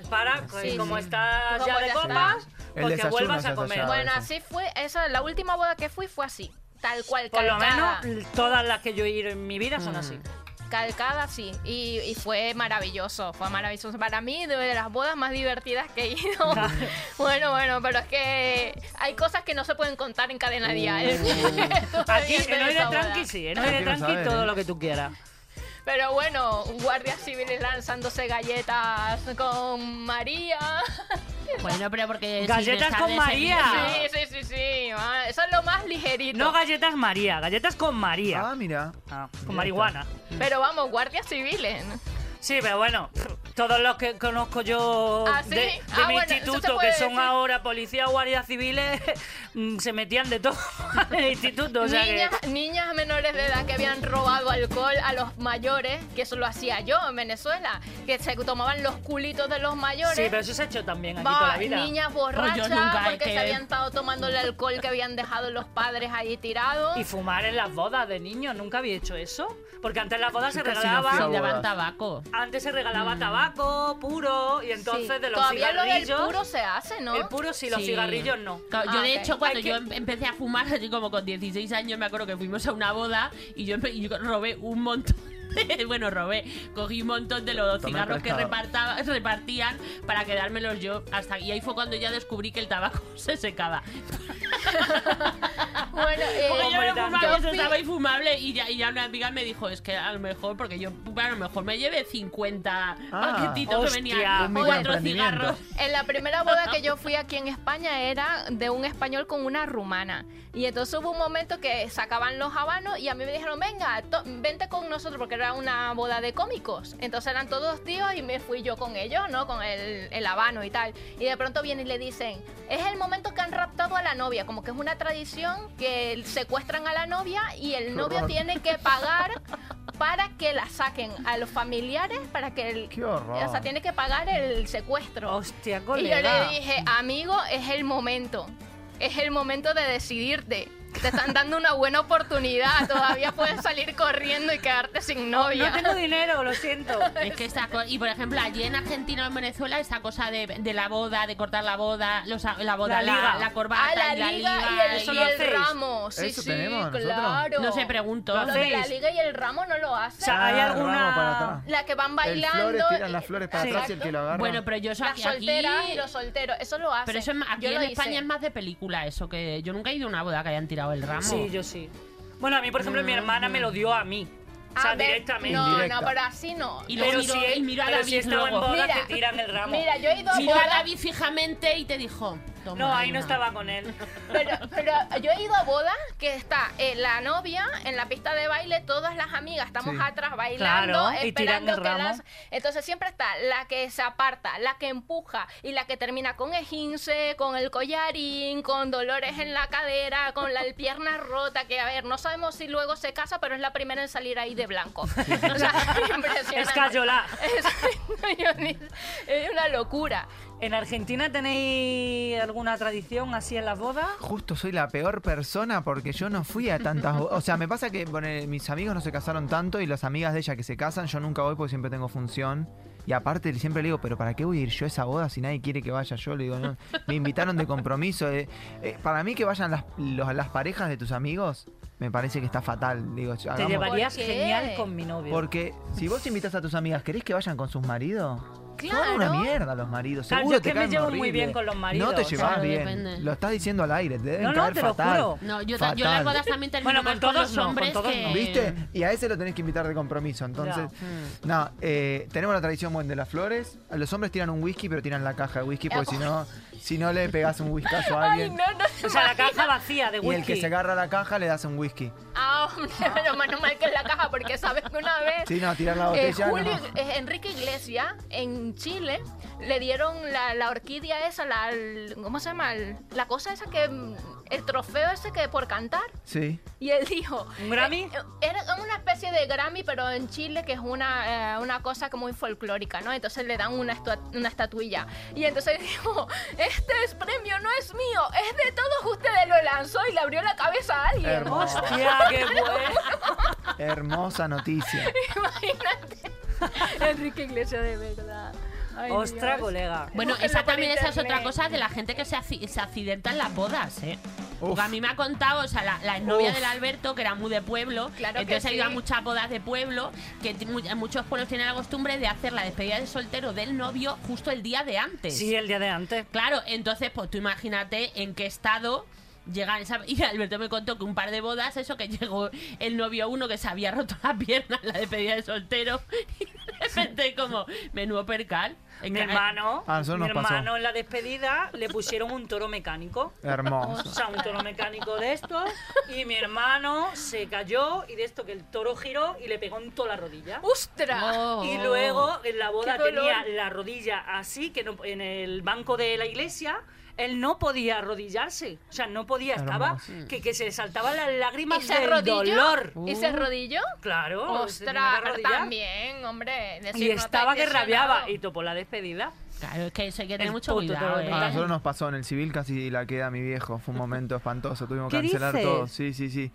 Speaker 3: para, pues,
Speaker 4: Sí,
Speaker 3: como
Speaker 4: sí.
Speaker 3: estás
Speaker 4: Como
Speaker 3: ya
Speaker 4: ya
Speaker 3: de
Speaker 4: está.
Speaker 3: copas,
Speaker 6: El
Speaker 3: porque
Speaker 6: desayuno
Speaker 3: vuelvas
Speaker 6: se
Speaker 3: a
Speaker 6: hace
Speaker 3: comer.
Speaker 6: ya.
Speaker 3: Bueno,
Speaker 4: Bueno,
Speaker 6: sí.
Speaker 4: así fue. Esa, la última boda que fui fue así. Tal cual,
Speaker 3: por lo
Speaker 4: calcada.
Speaker 3: menos todas las que yo he ido en mi vida
Speaker 6: Mm.
Speaker 3: son así.
Speaker 4: Calcada, sí. Y, y fue maravilloso. Fue maravilloso. Para mí, de las bodas más divertidas que he ido. bueno, bueno, pero es que hay cosas que no se pueden contar en cadena dial.
Speaker 3: Uh. Aquí en
Speaker 4: Estuve
Speaker 3: Oire
Speaker 4: esa boda.
Speaker 3: Tranqui sí, en
Speaker 6: Ah,
Speaker 3: Oire
Speaker 6: quiero
Speaker 3: Tranqui
Speaker 6: saber,
Speaker 3: todo
Speaker 6: ¿eh?
Speaker 3: lo que tú quieras.
Speaker 4: Pero bueno, guardias civiles lanzándose galletas con María.
Speaker 5: Bueno, pero porque. sin
Speaker 3: Galletas
Speaker 5: estar
Speaker 3: con
Speaker 5: de
Speaker 3: María.
Speaker 5: servicio-
Speaker 4: Sí, sí, sí, sí. ah, Eso es lo más ligerito.
Speaker 3: Ah. No galletas María, galletas con María.
Speaker 6: Ah, mira.
Speaker 3: Ah,
Speaker 6: Ya
Speaker 3: con
Speaker 6: está.
Speaker 3: marihuana.
Speaker 4: Pero vamos, guardias civiles. ¿no?
Speaker 3: Sí, pero bueno, todos los que conozco yo
Speaker 4: ¿Ah, sí?
Speaker 3: de, de
Speaker 4: Ah,
Speaker 3: mi
Speaker 4: bueno, eso se
Speaker 3: instituto,
Speaker 4: puede
Speaker 3: que son
Speaker 4: decir.
Speaker 3: ahora policía o guardias civiles, mm, se metían de todo en el instituto. O sea que...
Speaker 4: niñas, niñas menores de edad que habían robado alcohol a los mayores, que eso lo hacía yo en Venezuela, que se tomaban los culitos de los mayores.
Speaker 3: Sí, pero eso se ha hecho también aquí
Speaker 4: Va,
Speaker 3: toda la vida.
Speaker 4: niñas borrachas
Speaker 5: Pues yo nunca,
Speaker 4: porque
Speaker 5: es que-
Speaker 4: se habían estado tomando el alcohol que habían dejado los padres ahí tirados.
Speaker 3: Y fumar en las bodas de niños, nunca había hecho eso. Porque antes las bodas se
Speaker 6: Yo casi no Mm.
Speaker 5: Sí,
Speaker 6: fui a
Speaker 3: regalaba.
Speaker 6: bodas.
Speaker 5: daban tabaco.
Speaker 3: Antes se regalaba tabaco, puro, y entonces
Speaker 4: Sí.
Speaker 3: de los
Speaker 4: Todavía lo del
Speaker 3: cigarrillos.
Speaker 4: puro se hace, ¿no?
Speaker 3: El puro sí, los
Speaker 5: Sí.
Speaker 3: cigarrillos no.
Speaker 5: Claro,
Speaker 4: Ah,
Speaker 5: yo, de
Speaker 4: ok.
Speaker 5: hecho, cuando
Speaker 3: Hay
Speaker 5: yo
Speaker 3: que-
Speaker 5: em- empecé a fumar, así como con 16 años, me acuerdo que fuimos a una boda y yo, empe- y yo robé un montón. de- bueno, robé, cogí un montón de los
Speaker 6: Tomé
Speaker 5: cigarros que
Speaker 6: prestado.
Speaker 5: repartaba- repartían para quedármelos yo. hasta Y ahí fue cuando ya descubrí que el tabaco se secaba.
Speaker 4: Bueno, eh,
Speaker 5: Porque yo no
Speaker 3: Hombre,
Speaker 5: fumaba,
Speaker 4: tanto.
Speaker 5: eso estaba infumable y ya, y ya una amiga me dijo, es que a lo mejor, porque yo a lo mejor me llevé 50
Speaker 6: Ah.
Speaker 5: paquetitos
Speaker 3: Hostia,
Speaker 5: que venían
Speaker 6: un
Speaker 5: Ah, cuatro
Speaker 6: microemprendimiento.
Speaker 5: cigarros.
Speaker 4: En la primera boda que yo fui aquí en España era de un español con una rumana. Y entonces hubo un momento que sacaban los habanos y a mí me dijeron, venga, to- vente con nosotros, porque era una boda de cómicos. Entonces eran todos tíos y me fui yo con ellos, ¿no? Con el, el habano y tal. Y de pronto vienen y le dicen, es el momento que han raptado a la novia, como que es una tradición que secuestran a la novia y el novio
Speaker 6: horror.
Speaker 4: tiene que pagar para que la saquen a los familiares, para que el...
Speaker 6: Qué horror.
Speaker 4: O sea, tiene que pagar el secuestro.
Speaker 3: Hostia,
Speaker 4: Y yo le
Speaker 3: colega.
Speaker 4: dije, amigo, es el momento. Es el momento de decidirte. Te están dando una buena oportunidad. Todavía puedes salir corriendo y quedarte sin novia.
Speaker 3: No tengo dinero, lo siento.
Speaker 5: Es que esta co- y por ejemplo allí en Argentina o en Venezuela esta cosa de, de la boda, de cortar la boda, los a- la boda,
Speaker 3: La
Speaker 5: la,
Speaker 3: liga.
Speaker 5: la corbata,
Speaker 4: Ah, la
Speaker 5: y la
Speaker 4: liga y el,
Speaker 3: eso
Speaker 4: y
Speaker 3: lo
Speaker 4: el
Speaker 3: hacéis.
Speaker 4: ramo. Sí,
Speaker 6: Eso
Speaker 4: sí,
Speaker 6: tenemos nosotros.
Speaker 4: claro.
Speaker 5: No se pregunto.
Speaker 4: Lo de la
Speaker 3: hacéis.
Speaker 4: liga y el ramo no lo
Speaker 3: O
Speaker 4: hacen.
Speaker 3: sea, hay
Speaker 6: Ah, el ramo
Speaker 3: alguna.
Speaker 6: para atrás.
Speaker 4: la que van
Speaker 6: El
Speaker 4: bailando. eh,
Speaker 6: flores tiran las flores para
Speaker 3: Sí.
Speaker 6: atrás y el que lo agarra.
Speaker 5: Bueno, pero yo eso
Speaker 4: Las
Speaker 5: aquí, aquí-
Speaker 4: solteras y los solteros, eso lo hacen.
Speaker 5: pero eso en- aquí
Speaker 4: Yo
Speaker 5: en
Speaker 4: lo hice.
Speaker 5: España es más de película eso que yo nunca he ido a una boda que hayan tirado el ramo.
Speaker 3: Sí, yo sí. Bueno, a mí, por ejemplo, mi hermana me lo dio a mí. O sea,
Speaker 4: A ver,
Speaker 3: directamente.
Speaker 4: Mm. Ah, No,
Speaker 6: Indirecta.
Speaker 4: no, pero así no.
Speaker 5: Y luego miro,
Speaker 3: he-
Speaker 5: y miro a
Speaker 3: pero
Speaker 5: David
Speaker 3: si he estado en
Speaker 5: luego.
Speaker 3: bodas
Speaker 4: Mira.
Speaker 3: que tiran el ramo.
Speaker 4: Mira, yo he ido a
Speaker 5: Miró a
Speaker 4: bodas-
Speaker 5: David fijamente y te dijo. "Toma,
Speaker 3: no, ahí no
Speaker 5: nena".
Speaker 3: estaba con él.
Speaker 4: Pero, pero yo he ido a bodas que está eh, la novia en la pista de baile, todas las amigas estamos
Speaker 6: Sí.
Speaker 4: atrás bailando,
Speaker 3: Claro, y tirando
Speaker 4: esperando
Speaker 3: el
Speaker 4: que
Speaker 3: ramo.
Speaker 4: las... Entonces siempre está la que se aparta, la que empuja y la que termina con ejince, con el collarín, con dolores en la cadera, con la pierna rota, que a ver, no sabemos si luego se casa, pero es la primera en salir ahí de blanco. O sea, impresionante.
Speaker 3: Es Cayola.
Speaker 4: Es, no, yo ni- es una locura.
Speaker 3: ¿En Argentina tenéis alguna tradición así en las bodas?
Speaker 6: Justo soy la peor persona porque yo no fui a tantas. bo- O sea, me pasa que bueno, mis amigos no se casaron tanto y las amigas de ella que se casan, yo nunca voy porque siempre tengo función. Y aparte siempre le digo, pero ¿para qué voy a ir yo a esa boda si nadie quiere que vaya yo? Le digo, no, me invitaron de compromiso. eh, eh, para mí que vayan las, los- las parejas de tus amigos, me parece que está fatal. Digo,
Speaker 3: Te
Speaker 6: hagamos-
Speaker 3: llevarías
Speaker 4: ¿Por qué?
Speaker 3: genial con mi novio.
Speaker 6: porque si vos invitas a tus amigas, ¿querés que vayan con sus maridos?
Speaker 4: Claro.
Speaker 6: Son una mierda los maridos.
Speaker 3: Claro,
Speaker 6: Seguro
Speaker 3: yo
Speaker 6: te
Speaker 3: que me
Speaker 6: caen
Speaker 3: llevo muy
Speaker 6: horrible.
Speaker 3: bien con los maridos.
Speaker 6: No te llevas
Speaker 5: Claro,
Speaker 6: bien.
Speaker 5: depende.
Speaker 6: Lo estás diciendo al aire. Te deben
Speaker 3: No, no,
Speaker 6: caer
Speaker 3: te lo
Speaker 6: fatal.
Speaker 3: juro.
Speaker 5: No, yo, ta- yo en
Speaker 6: Fatal.
Speaker 5: las bodas también termino
Speaker 3: Bueno,
Speaker 5: más
Speaker 3: con
Speaker 5: con,
Speaker 3: todos
Speaker 5: los
Speaker 3: no, con
Speaker 5: hombres
Speaker 3: todos
Speaker 5: que...
Speaker 3: no.
Speaker 6: ¿Viste? Y a ese lo tenés que invitar de compromiso. Entonces,
Speaker 3: Mm.
Speaker 6: no, eh, tenemos la tradición buen de las flores. A Los hombres tiran un whisky, pero tiran la caja de whisky, porque si no, si no le pegas un whiskazo a
Speaker 4: Ay,
Speaker 6: alguien.
Speaker 4: no, no.
Speaker 3: O sea, la caja vacía de
Speaker 6: y el que
Speaker 3: whisky.
Speaker 6: se agarra la caja le das un whisky.
Speaker 4: Ah, hombre, pero menos mal que es la caja, porque sabes que una vez.
Speaker 6: Sí, no, tirar la
Speaker 4: eh,
Speaker 6: botella. no.
Speaker 4: Julio, eh, Enrique Iglesias en Chile le dieron la, la orquídea esa, la, el- ¿cómo se llama? El- La cosa esa que, mm, el trofeo ese que por cantar.
Speaker 6: Sí.
Speaker 4: Y él dijo...
Speaker 3: ¿Un Grammy?
Speaker 4: eh, Era una especie de Grammy, pero en Chile, que es una, eh, una cosa que muy folclórica, ¿no? Entonces le dan una, estua- una estatuilla. Y entonces dijo, este es premio no es mío, es de todos ustedes. Lo lanzó y le abrió la cabeza a alguien.
Speaker 6: Hermoso.
Speaker 3: Hostia, qué bueno.
Speaker 6: Hermosa noticia.
Speaker 4: Imagínate. Enrique Iglesias, de verdad. Ay,
Speaker 3: Ostra,
Speaker 4: Dios.
Speaker 3: colega.
Speaker 5: Bueno,
Speaker 4: Búsquenla
Speaker 5: esa
Speaker 4: por
Speaker 5: también esa es otra
Speaker 4: internet.
Speaker 5: cosa de la gente que se, aci- se accidenta en las bodas, ¿eh? Porque
Speaker 6: Uf.
Speaker 5: a mí me ha contado, o sea, la, la novia
Speaker 6: Uf.
Speaker 5: del Alberto, que era muy de pueblo,
Speaker 4: Claro que
Speaker 5: entonces ha ido
Speaker 4: sí.
Speaker 5: a muchas bodas de pueblo, que ti- mu- en muchos pueblos tienen la costumbre de hacer la despedida de soltero del novio justo el día de antes.
Speaker 3: Sí, el día de antes.
Speaker 5: Claro, entonces, pues tú imagínate en qué estado llegan esa... Y Alberto me contó que un par de bodas, eso que llegó el novio uno que se había roto la pierna en la despedida de soltero, y de repente como, menudo percal. En
Speaker 3: Mi
Speaker 4: eh.
Speaker 5: que-
Speaker 3: hermano,
Speaker 6: Ah, eso
Speaker 3: mi
Speaker 6: nos pasó.
Speaker 3: hermano en la despedida le pusieron un toro mecánico. O
Speaker 6: Hermoso.
Speaker 3: sea, un toro mecánico de esto. Y mi hermano se cayó y de esto que el toro giró y le pegó en toda la rodilla.
Speaker 4: ¡Ostra!
Speaker 5: Oh.
Speaker 3: Y luego en la boda
Speaker 4: Qué dolor.
Speaker 3: tenía la rodilla así, que no- en el banco de la iglesia él no podía arrodillarse. O sea, no podía, estaba
Speaker 6: Hermoso.
Speaker 3: que, que se le saltaban las lágrimas
Speaker 4: ¿Y se
Speaker 3: del
Speaker 4: arrodilló?
Speaker 3: dolor.
Speaker 5: Uh.
Speaker 4: ¿Y se arrodilló?
Speaker 3: Claro, se tenía que
Speaker 4: ¡Ostras!
Speaker 3: arrodillar.
Speaker 4: También, hombre. decir,
Speaker 3: Y
Speaker 4: no te
Speaker 3: estaba que
Speaker 4: has
Speaker 3: rabiaba
Speaker 4: lesionado.
Speaker 3: y topó la despedida.
Speaker 5: Claro, es que eso hay que
Speaker 3: El
Speaker 5: tener mucho
Speaker 3: puto
Speaker 5: cuidado,
Speaker 3: toro
Speaker 5: ¿eh?
Speaker 6: A
Speaker 3: mecánico.
Speaker 6: nosotros Ah, nos pasó en el civil, casi la queda a mi viejo. Fue un momento espantoso. Tuvimos que
Speaker 3: ¿Qué
Speaker 6: cancelar
Speaker 3: dices?
Speaker 6: todo. Sí, sí, sí.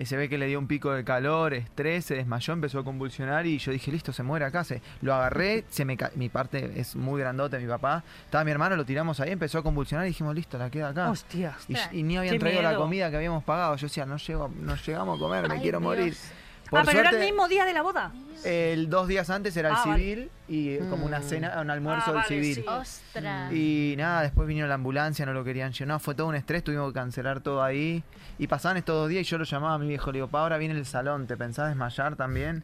Speaker 6: Eh, Se ve que le dio un pico de calor, estrés, se desmayó, empezó a convulsionar y yo dije, listo, se muere acá. Se, lo agarré, se me ca- mi parte es muy grandote, mi papá. Estaba mi hermano, lo tiramos ahí, empezó a convulsionar y dijimos, listo, la queda acá.
Speaker 3: Hostia.
Speaker 6: Y,
Speaker 4: Ostras,
Speaker 6: y ni habían
Speaker 3: qué
Speaker 6: traído la
Speaker 3: miedo.
Speaker 6: comida que habíamos pagado. Yo decía, no, llego, no llegamos a comer, me
Speaker 4: Ay,
Speaker 6: quiero
Speaker 4: Dios.
Speaker 6: morir.
Speaker 3: ah, pero era el
Speaker 6: suerte,
Speaker 3: mismo día de la boda.
Speaker 6: el dos días antes era el
Speaker 3: Ah, vale.
Speaker 6: civil y eh, como una cena, un almuerzo
Speaker 3: Ah,
Speaker 6: del
Speaker 3: vale,
Speaker 6: civil.
Speaker 3: sí.
Speaker 4: ¡Ostras!
Speaker 6: Y nada, después vino la ambulancia, no lo querían llevar. No, fue todo un estrés, tuvimos que cancelar todo ahí. Y pasaban estos dos días y yo lo llamaba a mi viejo, le digo, pa, ahora viene el salón, ¿te pensás desmayar también?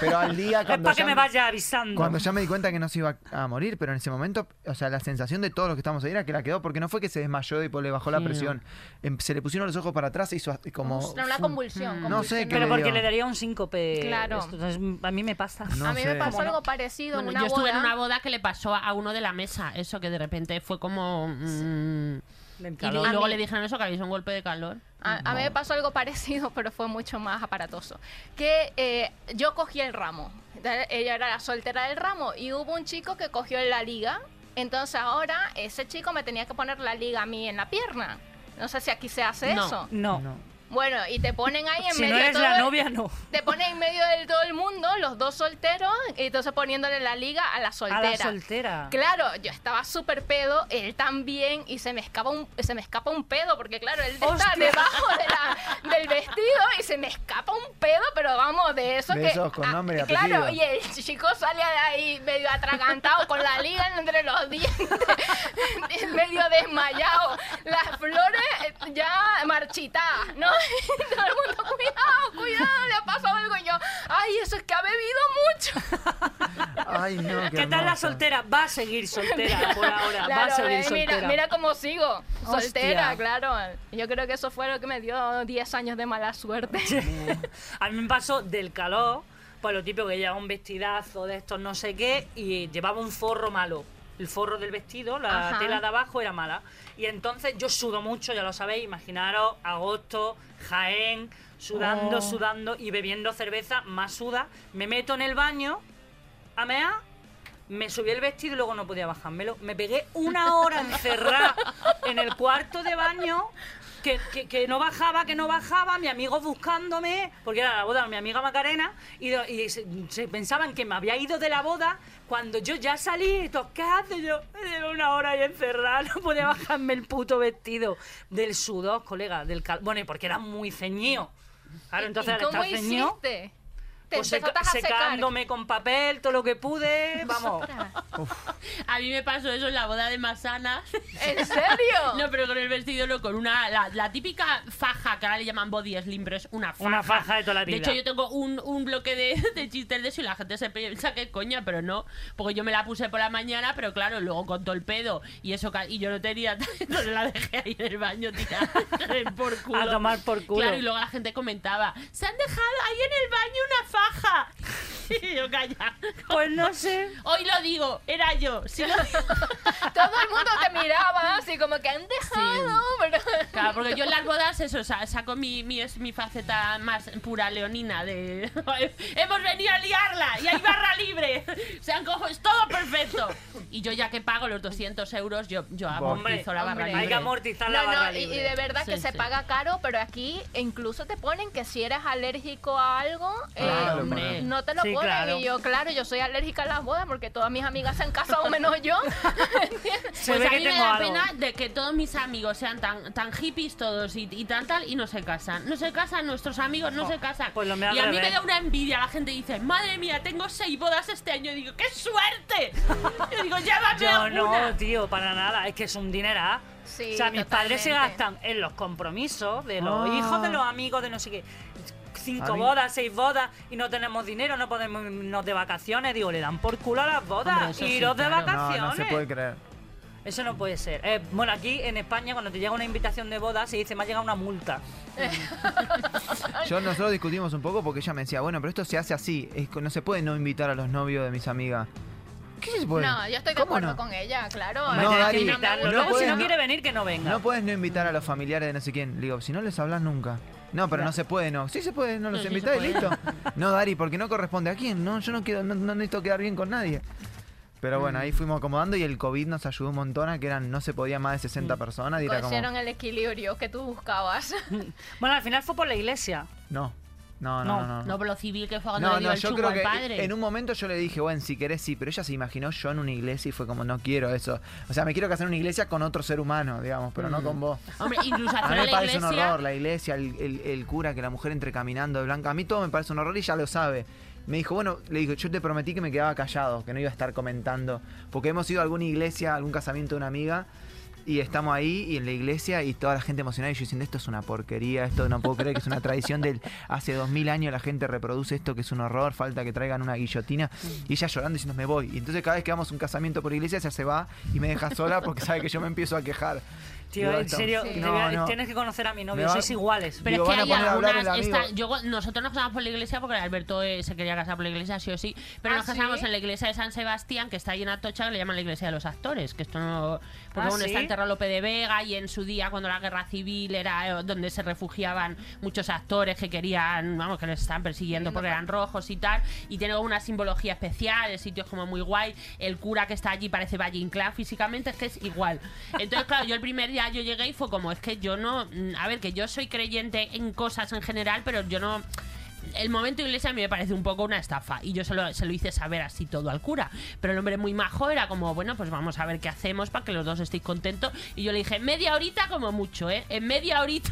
Speaker 6: Pero al día
Speaker 3: Es
Speaker 6: cuando
Speaker 3: para que
Speaker 6: ya,
Speaker 3: me vaya avisando.
Speaker 6: cuando ya me di cuenta que no se iba a morir, pero en ese momento, o sea, la sensación de todos los que estamos ahí era que la quedó, porque no fue que se desmayó y pues, le bajó la
Speaker 5: Sí, no.
Speaker 6: presión. Em, Se le pusieron los ojos para atrás, hizo así como...
Speaker 4: Ostras, una
Speaker 6: fu-
Speaker 4: convulsión.
Speaker 6: Mm, No sé
Speaker 4: convulsión.
Speaker 6: qué
Speaker 3: Pero
Speaker 6: le
Speaker 3: porque
Speaker 6: dio.
Speaker 3: le daría un síncope.
Speaker 4: Claro.
Speaker 3: Esto, entonces, a mí me pasa.
Speaker 6: No
Speaker 4: a mí
Speaker 6: sé.
Speaker 4: me pasó
Speaker 3: ¿Cómo no?
Speaker 4: algo parecido
Speaker 5: Bueno,
Speaker 4: en una
Speaker 5: yo estuve
Speaker 4: boda.
Speaker 5: en una boda que le pasó a uno de la mesa, eso que de repente fue como... mm,
Speaker 3: Del
Speaker 5: y
Speaker 3: calor.
Speaker 5: lo- luego
Speaker 4: mí-
Speaker 5: le dijeron eso, que había sido un golpe de calor.
Speaker 4: A, a mí me pasó algo parecido, pero fue mucho más aparatoso. Que eh, yo cogí el ramo. Da- Ella era la soltera del ramo y hubo un chico que cogió la liga. Entonces ahora ese chico me tenía que poner la liga a mí en la pierna. No sé si aquí se hace
Speaker 5: No.
Speaker 4: eso.
Speaker 3: No.
Speaker 6: No.
Speaker 4: Bueno, y te ponen ahí en
Speaker 3: Si
Speaker 4: medio
Speaker 3: no
Speaker 4: de
Speaker 3: eres
Speaker 4: todo
Speaker 3: la
Speaker 4: el-
Speaker 3: novia, no.
Speaker 4: Te ponen en medio de todo el mundo, los dos solteros, y entonces poniéndole la liga a la soltera.
Speaker 3: A la soltera.
Speaker 4: Claro, yo estaba súper pedo, él también, y se me escapa un, se me escapa un pedo, porque claro, él
Speaker 3: Hostia.
Speaker 4: está debajo de la- del vestido y se me escapa un pedo, pero vamos, de eso
Speaker 6: De
Speaker 4: que.
Speaker 6: esos con nombre y
Speaker 4: Claro,
Speaker 6: apellido.
Speaker 4: y el chico sale ahí medio atragantado con la liga entre los dientes, medio desmayado, las flores eh, ya marchitadas, ¿no? Y todo el mundo, cuidado, cuidado, le ha pasado algo y yo, ay, eso es que ha bebido mucho.
Speaker 6: Ay, no, qué
Speaker 3: ¿Qué tal la
Speaker 6: hermoso.
Speaker 3: soltera? Va a seguir soltera por ahora. Va a
Speaker 4: Claro,
Speaker 3: seguir
Speaker 4: eh,
Speaker 3: soltera.
Speaker 4: mira, mira cómo sigo.
Speaker 3: Hostia.
Speaker 4: Soltera, claro. Yo creo que eso fue lo que me dio 10 años de mala suerte.
Speaker 3: A mí me pasó del calor, pues lo típico que llevaba un vestidazo de estos no sé qué y llevaba un forro malo. El forro del vestido, la
Speaker 4: Ajá.
Speaker 3: tela de abajo era mala. Y entonces yo sudo mucho, ya lo sabéis, imaginaros, agosto, Jaén, sudando,
Speaker 4: Oh.
Speaker 3: sudando y bebiendo cerveza, más suda. Me meto en el baño, a mear, me subí el vestido y luego no podía bajármelo. Me pegué una hora encerrada en el cuarto de baño que, que- que no bajaba, que no bajaba, mi amigo buscándome, porque era la boda de mi amiga Macarena, y, do- y se, se pensaban que me había ido de la boda cuando yo ya salí, y todos, ¿qué haces? Yo llevo una hora ahí encerrada, no podía bajarme el puto vestido del sudor, colega, del cal... Bueno, y porque era muy ceñido. Claro, entonces al
Speaker 4: ¿Y cómo
Speaker 3: estar ceñido,
Speaker 4: hiciste? Te
Speaker 3: pues
Speaker 4: empezaste
Speaker 3: seca-
Speaker 4: a secar.
Speaker 3: secándome con papel, todo lo que pude, vamos.
Speaker 4: Ostras,
Speaker 5: A mí me pasó eso en la boda de Masana.
Speaker 4: ¿En serio?
Speaker 5: No, pero con el vestido no, con una, la, la típica faja que ahora le llaman body slim, pero es una faja.
Speaker 3: Una faja de toda la vida.
Speaker 5: De hecho, yo tengo un, un bloque de, de chistes de eso y la gente se piensa que es coña, pero no. Porque yo me la puse por la mañana, pero claro, luego con todo el pedo y eso ca- y yo no tenía, entonces la dejé ahí en el baño tirada por culo.
Speaker 3: A tomar por culo.
Speaker 5: Claro, y luego la gente comentaba, se han dejado ahí en el baño una faja. Y yo calla.
Speaker 3: Pues no sé.
Speaker 5: Hoy lo digo, era yo. Si lo digo.
Speaker 4: Todo el mundo te miraba así como que han dejado, pero...
Speaker 5: Claro, porque yo en las bodas eso, sa- saco mi, mi, es mi faceta más pura leonina de hemos venido a liarla y hay barra libre. Se han cojo, es todo perfecto. Y yo ya que pago los 200 euros, yo, yo amortizo la barra
Speaker 4: hombre.
Speaker 5: libre.
Speaker 3: Hay que amortizar la
Speaker 4: No,
Speaker 3: barra
Speaker 4: no, y,
Speaker 3: libre.
Speaker 4: y de verdad que
Speaker 5: Sí,
Speaker 4: se
Speaker 5: sí.
Speaker 4: paga caro, pero aquí incluso te ponen que si eres alérgico a algo, eh,
Speaker 6: Claro,
Speaker 5: hombre.
Speaker 4: no te lo
Speaker 3: Sí,
Speaker 4: ponen.
Speaker 3: claro.
Speaker 4: Y yo, claro, yo soy alérgica a las bodas porque todas mis amigas se han casado menos yo.
Speaker 3: Se
Speaker 5: Pues
Speaker 3: ve
Speaker 5: a
Speaker 3: que
Speaker 5: mí me
Speaker 3: tengo
Speaker 5: da
Speaker 3: algo.
Speaker 5: pena de que todos mis amigos sean tan, tan hippies todos y, y tal tal y no se casan. No se casan, nuestros amigos no se casan.
Speaker 3: pues lo me da
Speaker 5: y a
Speaker 3: al
Speaker 5: mí me
Speaker 3: revés.
Speaker 5: da una envidia. La gente dice, madre mía, tengo seis bodas este año. Y digo, ¡qué suerte! Yo digo, llámame a
Speaker 3: Yo
Speaker 5: una".
Speaker 3: no, tío, para nada. Es que es un dineral.
Speaker 4: Sí,
Speaker 3: o sea, mis padres se
Speaker 4: totalmente.
Speaker 3: gastan en los compromisos de los
Speaker 6: Ah.
Speaker 3: hijos, de los amigos, de no sé qué.
Speaker 6: A
Speaker 3: Cinco
Speaker 6: mí-
Speaker 3: bodas, seis bodas, y no tenemos dinero, no podemos irnos de vacaciones. Digo, le dan por culo a las
Speaker 5: Hombre,
Speaker 3: bodas.
Speaker 5: eso sí,
Speaker 3: iros de
Speaker 5: claro.
Speaker 6: No,
Speaker 3: vacaciones.
Speaker 6: no se puede creer.
Speaker 3: Eso no puede ser. Eh, bueno, aquí en España, cuando te llega una invitación de boda, se dice, me ha llegado una multa.
Speaker 6: Yo, nosotros discutimos un poco porque ella me decía, bueno, pero esto se hace así. es que no se puede no invitar a los novios de mis amigas. ¿Qué se puede?
Speaker 4: No, yo estoy de
Speaker 6: ¿Cómo
Speaker 4: acuerdo
Speaker 6: no?
Speaker 4: con ella, claro.
Speaker 6: No,
Speaker 3: Me tenés
Speaker 6: Dari,
Speaker 3: que invitarlo.
Speaker 6: no
Speaker 3: Luego, si
Speaker 6: puedes,
Speaker 3: no,
Speaker 6: no-
Speaker 3: quiere venir, que no venga.
Speaker 6: No puedes no invitar a los familiares de no sé quién. Le digo, si no les hablas nunca. No, pero no se puede, no. Sí se puede, no los
Speaker 5: sí se
Speaker 6: invitáis,
Speaker 5: puede.
Speaker 6: listo. No, Dari, porque no corresponde a quién. No, yo no quiero, no, no necesito quedar bien con nadie. Pero bueno,
Speaker 4: Mm.
Speaker 6: ahí fuimos acomodando y el COVID nos ayudó un montón a que eran, no se podía más de 60 personas. Y era como,
Speaker 4: Mm. Cogieron el equilibrio que tú buscabas.
Speaker 3: Bueno, al final fue por la iglesia.
Speaker 6: no, no, no,
Speaker 3: No,
Speaker 6: no. no.
Speaker 5: No, por lo civil que fue cuando
Speaker 6: No,
Speaker 5: le dio
Speaker 6: no,
Speaker 5: el
Speaker 6: yo
Speaker 5: chungo
Speaker 6: creo
Speaker 5: al
Speaker 6: que
Speaker 5: padre.
Speaker 6: en un momento yo le dije, bueno, si querés sí, pero ella se imaginó yo en una iglesia y fue como, no quiero eso. O sea, me quiero casar en una iglesia con otro ser humano, digamos, pero no con vos.
Speaker 5: Hombre, incluso
Speaker 6: A
Speaker 5: Mm. hacer
Speaker 6: mí me
Speaker 5: en la
Speaker 6: parece un
Speaker 5: iglesia.
Speaker 6: horror la iglesia, el, el- el cura, que la mujer entre caminando de blanca. A mí todo me parece un horror y ya lo sabe. Me dijo, bueno, le digo, yo te prometí que me quedaba callado, que no iba a estar comentando. Porque hemos ido a alguna iglesia, a algún casamiento de una amiga, y estamos ahí, y en la iglesia, y toda la gente emocionada, y yo diciendo, esto es una porquería, esto no puedo creer que es una tradición del... Hace dos mil años la gente reproduce esto, que es un horror, falta que traigan una guillotina. Y ella llorando diciendo, me voy. Y entonces cada vez que vamos a un casamiento por iglesia, ella se va y me deja sola porque sabe que yo me empiezo a quejar.
Speaker 3: Tío,
Speaker 6: Digo,
Speaker 3: en
Speaker 6: esto-
Speaker 3: serio, te
Speaker 6: No,
Speaker 3: voy a-
Speaker 6: no.
Speaker 3: tienes que conocer a mi novio,
Speaker 6: Me va-
Speaker 3: sois iguales.
Speaker 5: Pero
Speaker 6: Digo,
Speaker 5: es
Speaker 6: van a
Speaker 5: que hay
Speaker 6: poner a hablar
Speaker 5: algunas.
Speaker 6: el amigo.
Speaker 5: esta- yo, nosotros nos casamos por la iglesia porque Alberto eh, se quería casar por la iglesia, sí o sí. Pero
Speaker 4: ¿Ah,
Speaker 5: nos casamos
Speaker 4: sí?
Speaker 5: en la iglesia de San Sebastián, que está ahí en Atocha, que le llaman la iglesia de los actores. Que esto no. Porque
Speaker 3: ¿Ah,
Speaker 5: bueno, está
Speaker 3: sí?
Speaker 5: enterrado Lope de Vega y en su día, cuando la guerra civil era eh, donde se refugiaban muchos actores que querían, vamos, que les estaban persiguiendo porque eran rojos y tal. Y tiene como una simbología especial, el sitio es como muy guay. El cura que está allí parece Valle Inclán físicamente, es que es igual. Entonces, claro, yo el primer día yo llegué y fue como, es que yo no. mm, A ver, que yo soy creyente en cosas en general, pero yo no. El momento iglesia a mí me parece un poco una estafa y yo se lo, se lo hice saber así todo al cura. Pero el hombre muy majo era como, bueno, pues vamos a ver qué hacemos para que los dos estéis contentos. Y yo le dije, media horita como mucho, ¿eh? En media horita.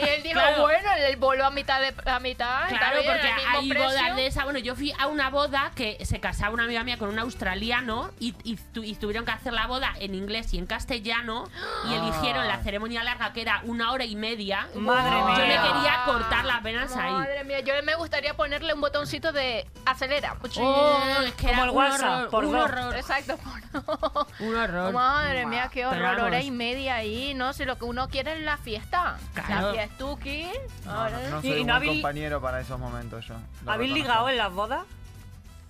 Speaker 4: Y él dijo,
Speaker 5: Claro.
Speaker 4: bueno, el bolo a mitad de a mitad. está
Speaker 5: Claro,
Speaker 4: bien,
Speaker 5: porque
Speaker 4: al mismo
Speaker 5: hay
Speaker 4: precio.
Speaker 5: bodas de esa. Bueno, yo fui a una boda que se casaba una amiga mía con un australiano y, y tu- y tuvieron que hacer la boda en inglés y en castellano y eligieron la ceremonia larga que era una hora y media.
Speaker 3: Madre
Speaker 5: yo
Speaker 3: mía.
Speaker 5: me quería cortar las venas ahí.
Speaker 4: Madre mía, yo me gustaría ponerle un botoncito de acelera.
Speaker 5: Oh, es que
Speaker 3: Como
Speaker 5: era
Speaker 3: el
Speaker 5: un
Speaker 3: WhatsApp,
Speaker 5: horror,
Speaker 3: por
Speaker 5: un
Speaker 3: dos.
Speaker 5: horror,
Speaker 4: Exacto, por
Speaker 5: un horror.
Speaker 4: Madre mía, qué
Speaker 5: Pero
Speaker 4: horror, hora
Speaker 5: vamos.
Speaker 4: y media ahí, ¿no? Si lo que uno quiere es la fiesta.
Speaker 5: Claro.
Speaker 4: La fiestuki.
Speaker 6: No, no, no soy
Speaker 3: Y- y
Speaker 6: un
Speaker 3: no
Speaker 6: buen
Speaker 3: habéis-
Speaker 6: compañero para esos momentos yo. lo
Speaker 3: ¿Habéis
Speaker 6: reconozco.
Speaker 3: ligado en las bodas?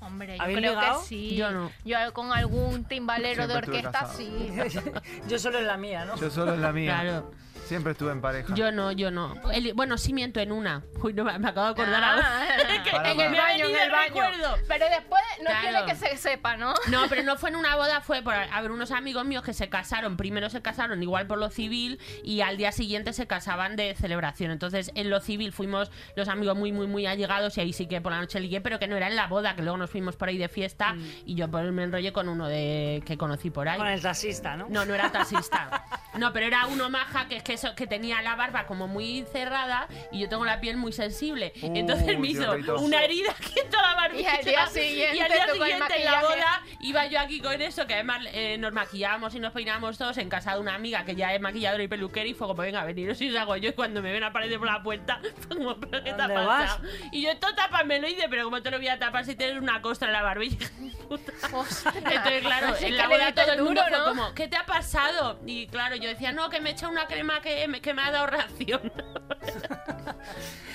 Speaker 4: Hombre, yo
Speaker 3: ¿Habéis
Speaker 4: creo
Speaker 3: ligado?
Speaker 4: que sí.
Speaker 5: Yo no.
Speaker 4: Yo con algún timbalero
Speaker 6: Siempre
Speaker 4: de
Speaker 6: estuve
Speaker 4: orquesta
Speaker 6: casado.
Speaker 4: sí.
Speaker 3: Yo solo en la mía, ¿no?
Speaker 6: Yo solo en la mía.
Speaker 5: Claro.
Speaker 6: Siempre estuve en pareja.
Speaker 5: Yo no, yo no. El- bueno, sí miento en una. Uy, no, me me acabo de acordar
Speaker 4: Ah,
Speaker 5: ahora. Es que-
Speaker 6: Para,
Speaker 5: es que
Speaker 6: para.
Speaker 5: me ha venido el recuerdo.
Speaker 4: Pero después no
Speaker 5: Claro.
Speaker 4: quiere que se sepa, ¿no?
Speaker 5: No, pero no fue en una boda, fue por a ver, unos amigos míos que se casaron, primero se casaron igual por lo civil y al día siguiente se casaban de celebración. Entonces, en lo civil fuimos los amigos muy, muy, muy allegados y ahí sí que por la noche ligué, pero que no era en la boda, que luego nos fuimos por ahí de fiesta y yo pues, me enrollé con uno de que conocí por ahí.
Speaker 3: Con el taxista, ¿no?
Speaker 5: No, no era taxista. No, pero era uno maja que es que, eso, que tenía la barba como muy cerrada y yo tengo la piel muy sensible.
Speaker 6: Uh,
Speaker 5: Entonces me
Speaker 6: qué
Speaker 5: hizo
Speaker 6: horrible.
Speaker 5: una herida aquí en toda la barbilla.
Speaker 4: Y al día siguiente
Speaker 5: Y al día
Speaker 4: tú con el
Speaker 5: siguiente en la
Speaker 4: maquillaje.
Speaker 5: boda iba yo aquí con eso, que además eh, nos maquillábamos y nos peinábamos todos en casa de una amiga que ya es maquilladora y peluquera y fue como, venga, veniros y os hago yo. Y cuando me ven aparece por la puerta, fue como, ¿pero qué te ha
Speaker 3: ¿Dónde
Speaker 5: pasado?
Speaker 3: vas?
Speaker 5: Y yo, esto tapamelo y dice, pero ¿cómo te lo voy a tapar si tienes una costra en la barbilla? Puta. Entonces, claro,
Speaker 4: Así
Speaker 5: en
Speaker 4: que
Speaker 5: la
Speaker 4: le
Speaker 5: boda
Speaker 4: diste
Speaker 5: todo el mundo
Speaker 4: duro,
Speaker 5: fue
Speaker 4: ¿no?
Speaker 5: como, ¿qué te ha pasado? Y claro, yo decía, no, que me he echado una crema que me, que me ha dado ración.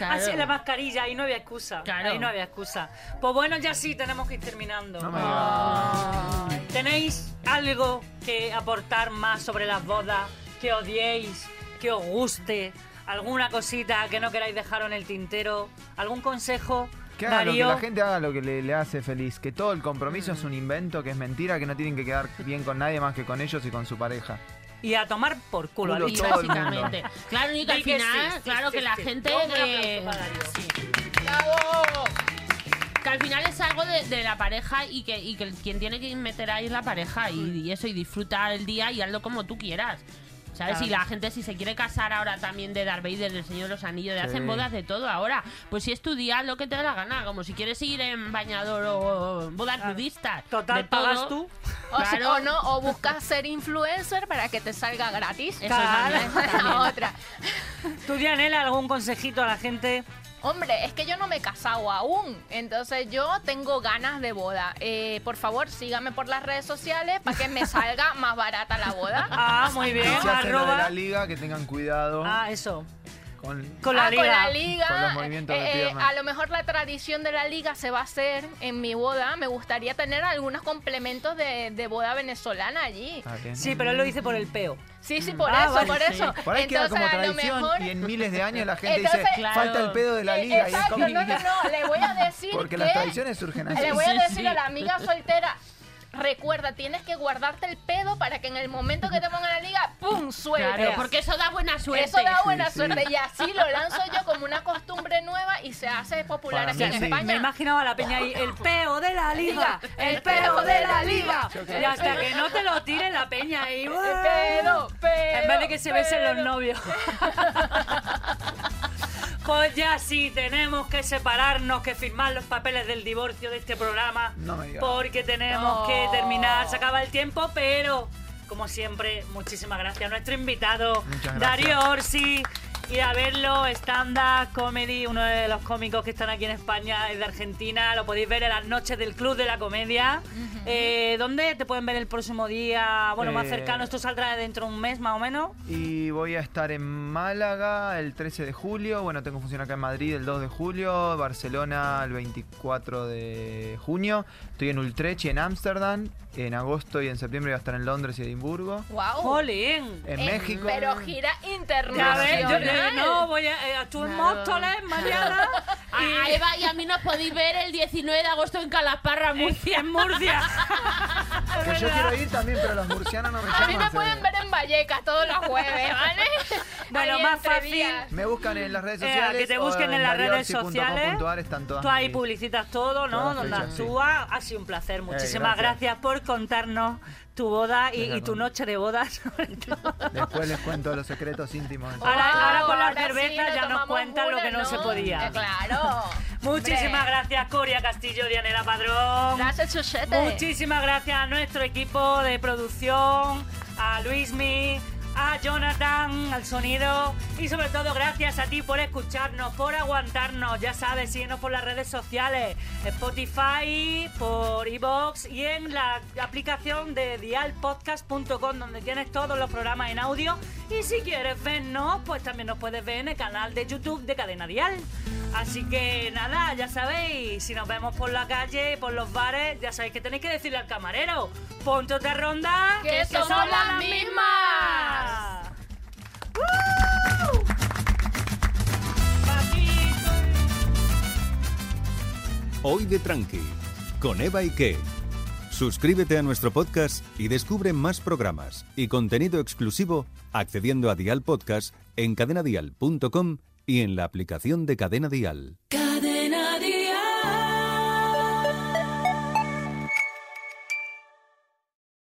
Speaker 3: Así Ah, la mascarilla, ahí no había excusa.
Speaker 5: Claro.
Speaker 3: Ahí no había excusa. Pues bueno, ya sí, tenemos que ir terminando.
Speaker 6: No me digas.
Speaker 3: ¿Tenéis algo que aportar más sobre las bodas? ¿Que odiéis? ¿Que os guste? ¿Alguna cosita que no queráis dejar en el tintero? ¿Algún consejo?
Speaker 6: Que haga lo que
Speaker 3: Darío?
Speaker 6: la gente haga lo que le, le hace feliz. Que todo el compromiso es un invento, que es mentira, que no tienen que quedar bien con nadie más que con ellos y con su pareja.
Speaker 3: Y a tomar por culo.
Speaker 6: Culo
Speaker 3: al
Speaker 5: Y
Speaker 3: bicho.
Speaker 6: todo el mundo.
Speaker 5: básicamente. Claro, y que
Speaker 3: Di
Speaker 5: al
Speaker 3: que sí,
Speaker 5: final,
Speaker 3: sí,
Speaker 5: claro
Speaker 3: sí,
Speaker 5: que la
Speaker 3: sí.
Speaker 5: gente.
Speaker 3: Un aplauso
Speaker 5: eh,
Speaker 3: para Darío.
Speaker 5: sí. Que al final es algo de, de la pareja y que, y que el- quien tiene que meter ahí es la pareja y, y eso, y disfruta el día y hazlo como tú quieras. ¿Sabes?
Speaker 3: Claro.
Speaker 5: Y la gente, si se quiere casar ahora también de Darth Vader, del Señor de los Anillos, de
Speaker 6: Sí.
Speaker 5: hacen bodas de todo ahora, pues si es tu día, haz lo que te dé la gana. Como si quieres ir en bañador o, o bodas
Speaker 3: Claro.
Speaker 5: nudistas. de
Speaker 3: Total,
Speaker 5: todo.
Speaker 3: pagas tú.
Speaker 4: O, si-
Speaker 5: Claro.
Speaker 4: o no, o buscas ser influencer para que te salga gratis.
Speaker 5: Eso también,
Speaker 4: Esa es
Speaker 5: también.
Speaker 4: la otra.
Speaker 3: ¿Tú, Dianela, algún consejito a la gente?
Speaker 4: Hombre, es que yo no me he casado aún, entonces yo tengo ganas de boda. Eh, por favor, sígame por las redes sociales para que me salga más barata la boda.
Speaker 3: Ah, muy
Speaker 6: Y
Speaker 3: bien.
Speaker 6: si hacen lo de la
Speaker 3: Arroba.
Speaker 6: liga, que tengan cuidado
Speaker 3: Ah, eso.
Speaker 6: con
Speaker 3: Con la
Speaker 4: Ah,
Speaker 3: liga.
Speaker 4: Con la liga. eh,
Speaker 6: Con los movimientos de piernas.
Speaker 4: a lo mejor la tradición de la liga se va a hacer en mi boda. Me gustaría tener algunos complementos de, de boda venezolana allí.
Speaker 6: Ah, bien.
Speaker 3: Sí, pero él lo dice por el peo.
Speaker 4: Sí,
Speaker 6: Mm.
Speaker 4: sí, por
Speaker 3: Ah,
Speaker 4: eso,
Speaker 3: vale,
Speaker 4: por
Speaker 5: sí.
Speaker 4: eso.
Speaker 6: Por ahí queda como
Speaker 4: Entonces, a lo
Speaker 6: tradición
Speaker 4: mejor-
Speaker 6: y en miles de años la gente
Speaker 4: Entonces-
Speaker 6: dice, falta el pedo de la
Speaker 4: Eh,
Speaker 6: liga. y es
Speaker 4: Exacto,
Speaker 6: como-
Speaker 4: no, no, no, le voy a decir
Speaker 6: Porque
Speaker 4: que...
Speaker 6: las tradiciones surgen así.
Speaker 4: Le voy a
Speaker 5: Sí,
Speaker 4: decir
Speaker 5: sí.
Speaker 4: a la amiga soltera. Recuerda, tienes que guardarte el pedo para que en el momento que te pongan la liga, ¡pum! suelte.
Speaker 5: Claro, porque eso da buena suerte.
Speaker 4: Eso da buena
Speaker 6: Sí, sí.
Speaker 4: suerte y así lo lanzo yo como una costumbre nueva y se hace popular
Speaker 6: Para
Speaker 4: aquí
Speaker 6: mí
Speaker 4: en
Speaker 6: sí.
Speaker 3: Me
Speaker 4: España.
Speaker 3: imaginaba la peña ahí, el peo de la liga, el peo de la liga. Y hasta que no te lo tire la peña ahí.
Speaker 4: Eh, Pedo, pedo.
Speaker 3: En vez de que se besen los novios. Pues ya sí, tenemos que separarnos, que firmar los papeles del divorcio de este programa.
Speaker 6: No me digas.
Speaker 3: porque tenemos
Speaker 4: No.
Speaker 3: que terminar. Se acaba el tiempo, pero como siempre, muchísimas gracias a nuestro invitado,
Speaker 6: Muchas gracias.
Speaker 3: Darío Orsi. Y a verlo, stand-up comedy, uno de los cómicos que están aquí en España, es de Argentina, lo podéis ver en las noches del Club de la Comedia. Eh, ¿Dónde te pueden ver el próximo día? Bueno, más
Speaker 6: Eh,
Speaker 3: cercano, esto saldrá dentro de un mes más o menos.
Speaker 6: Y voy a estar en Málaga el 13 de julio. Bueno, tengo función acá en Madrid el 2 de julio, Barcelona el 24 de junio. Estoy en Utrecht y en Ámsterdam. En agosto y en septiembre voy a estar en Londres y Edimburgo.
Speaker 4: Wow.
Speaker 3: ¡Jolín!
Speaker 6: En
Speaker 4: Eh,
Speaker 6: México.
Speaker 4: Pero gira
Speaker 3: Ya
Speaker 4: internacional.
Speaker 3: ves, yo eh, no
Speaker 4: no,
Speaker 3: voy a. eh, actúo en
Speaker 4: Claro.
Speaker 3: Móstoles mañana.
Speaker 5: A, a Eva y a mí nos podéis ver el 19 de agosto en Calasparra, Murcia.
Speaker 3: En Murcia.
Speaker 6: Que yo quiero ir también, pero los murcianos no me llaman.
Speaker 4: A mí me pueden ver en Vallecas todos los jueves, ¿vale?
Speaker 3: Bueno,
Speaker 4: Ahí
Speaker 3: más
Speaker 4: entre
Speaker 3: fácil.
Speaker 4: vías.
Speaker 6: Me buscan en las redes
Speaker 3: Eh,
Speaker 6: sociales.
Speaker 3: que te
Speaker 6: o
Speaker 3: busquen en las redes
Speaker 6: mariorsi.com.ar
Speaker 3: sociales.
Speaker 6: Están todas
Speaker 3: Tú ahí
Speaker 6: mis-
Speaker 3: publicitas todo, ¿no?
Speaker 6: todas
Speaker 3: Donde
Speaker 6: fechas, sí. Eh,
Speaker 3: actúa. Ha sido un placer. Muchísimas gracias.
Speaker 6: gracias.
Speaker 3: por contarnos tu boda y,
Speaker 6: Gracias,
Speaker 3: y tu
Speaker 6: Connie.
Speaker 3: noche de bodas. sobre todo.
Speaker 6: Después les cuento los secretos íntimos.
Speaker 3: Ahora- ahora con la
Speaker 4: sí
Speaker 3: cerveza ya nos
Speaker 4: tomamos
Speaker 3: cuentan lo
Speaker 4: una,
Speaker 3: que no se podía.
Speaker 4: Eh, claro.
Speaker 3: Muchísimas
Speaker 4: Hombre.
Speaker 3: gracias, Coria Castillo, Dianela Padrón.
Speaker 4: Gracias, Chuchete.
Speaker 3: Muchísimas gracias a nuestro equipo de producción, a Luismi, a Jonathan, al sonido y sobre todo gracias a ti por escucharnos, por aguantarnos. Ya sabes, síguenos por las redes sociales, Spotify, por iBox y en la aplicación de dialpodcast.com donde tienes todos los programas en audio. Y si quieres vernos, pues también nos puedes ver en el canal de YouTube de Cadena Dial. Así que nada, ya sabéis, si nos vemos por la calle, por los bares, ya sabéis que tenéis que decirle al camarero, ponte otra ronda,
Speaker 4: Que somos las mismas.
Speaker 3: ¡Uh!
Speaker 2: Hoy de Tranqui, con Eva Ike. Suscríbete a nuestro podcast y descubre más programas y contenido exclusivo accediendo a Dial Podcast en cadenadial.com y en la aplicación de Cadena Dial.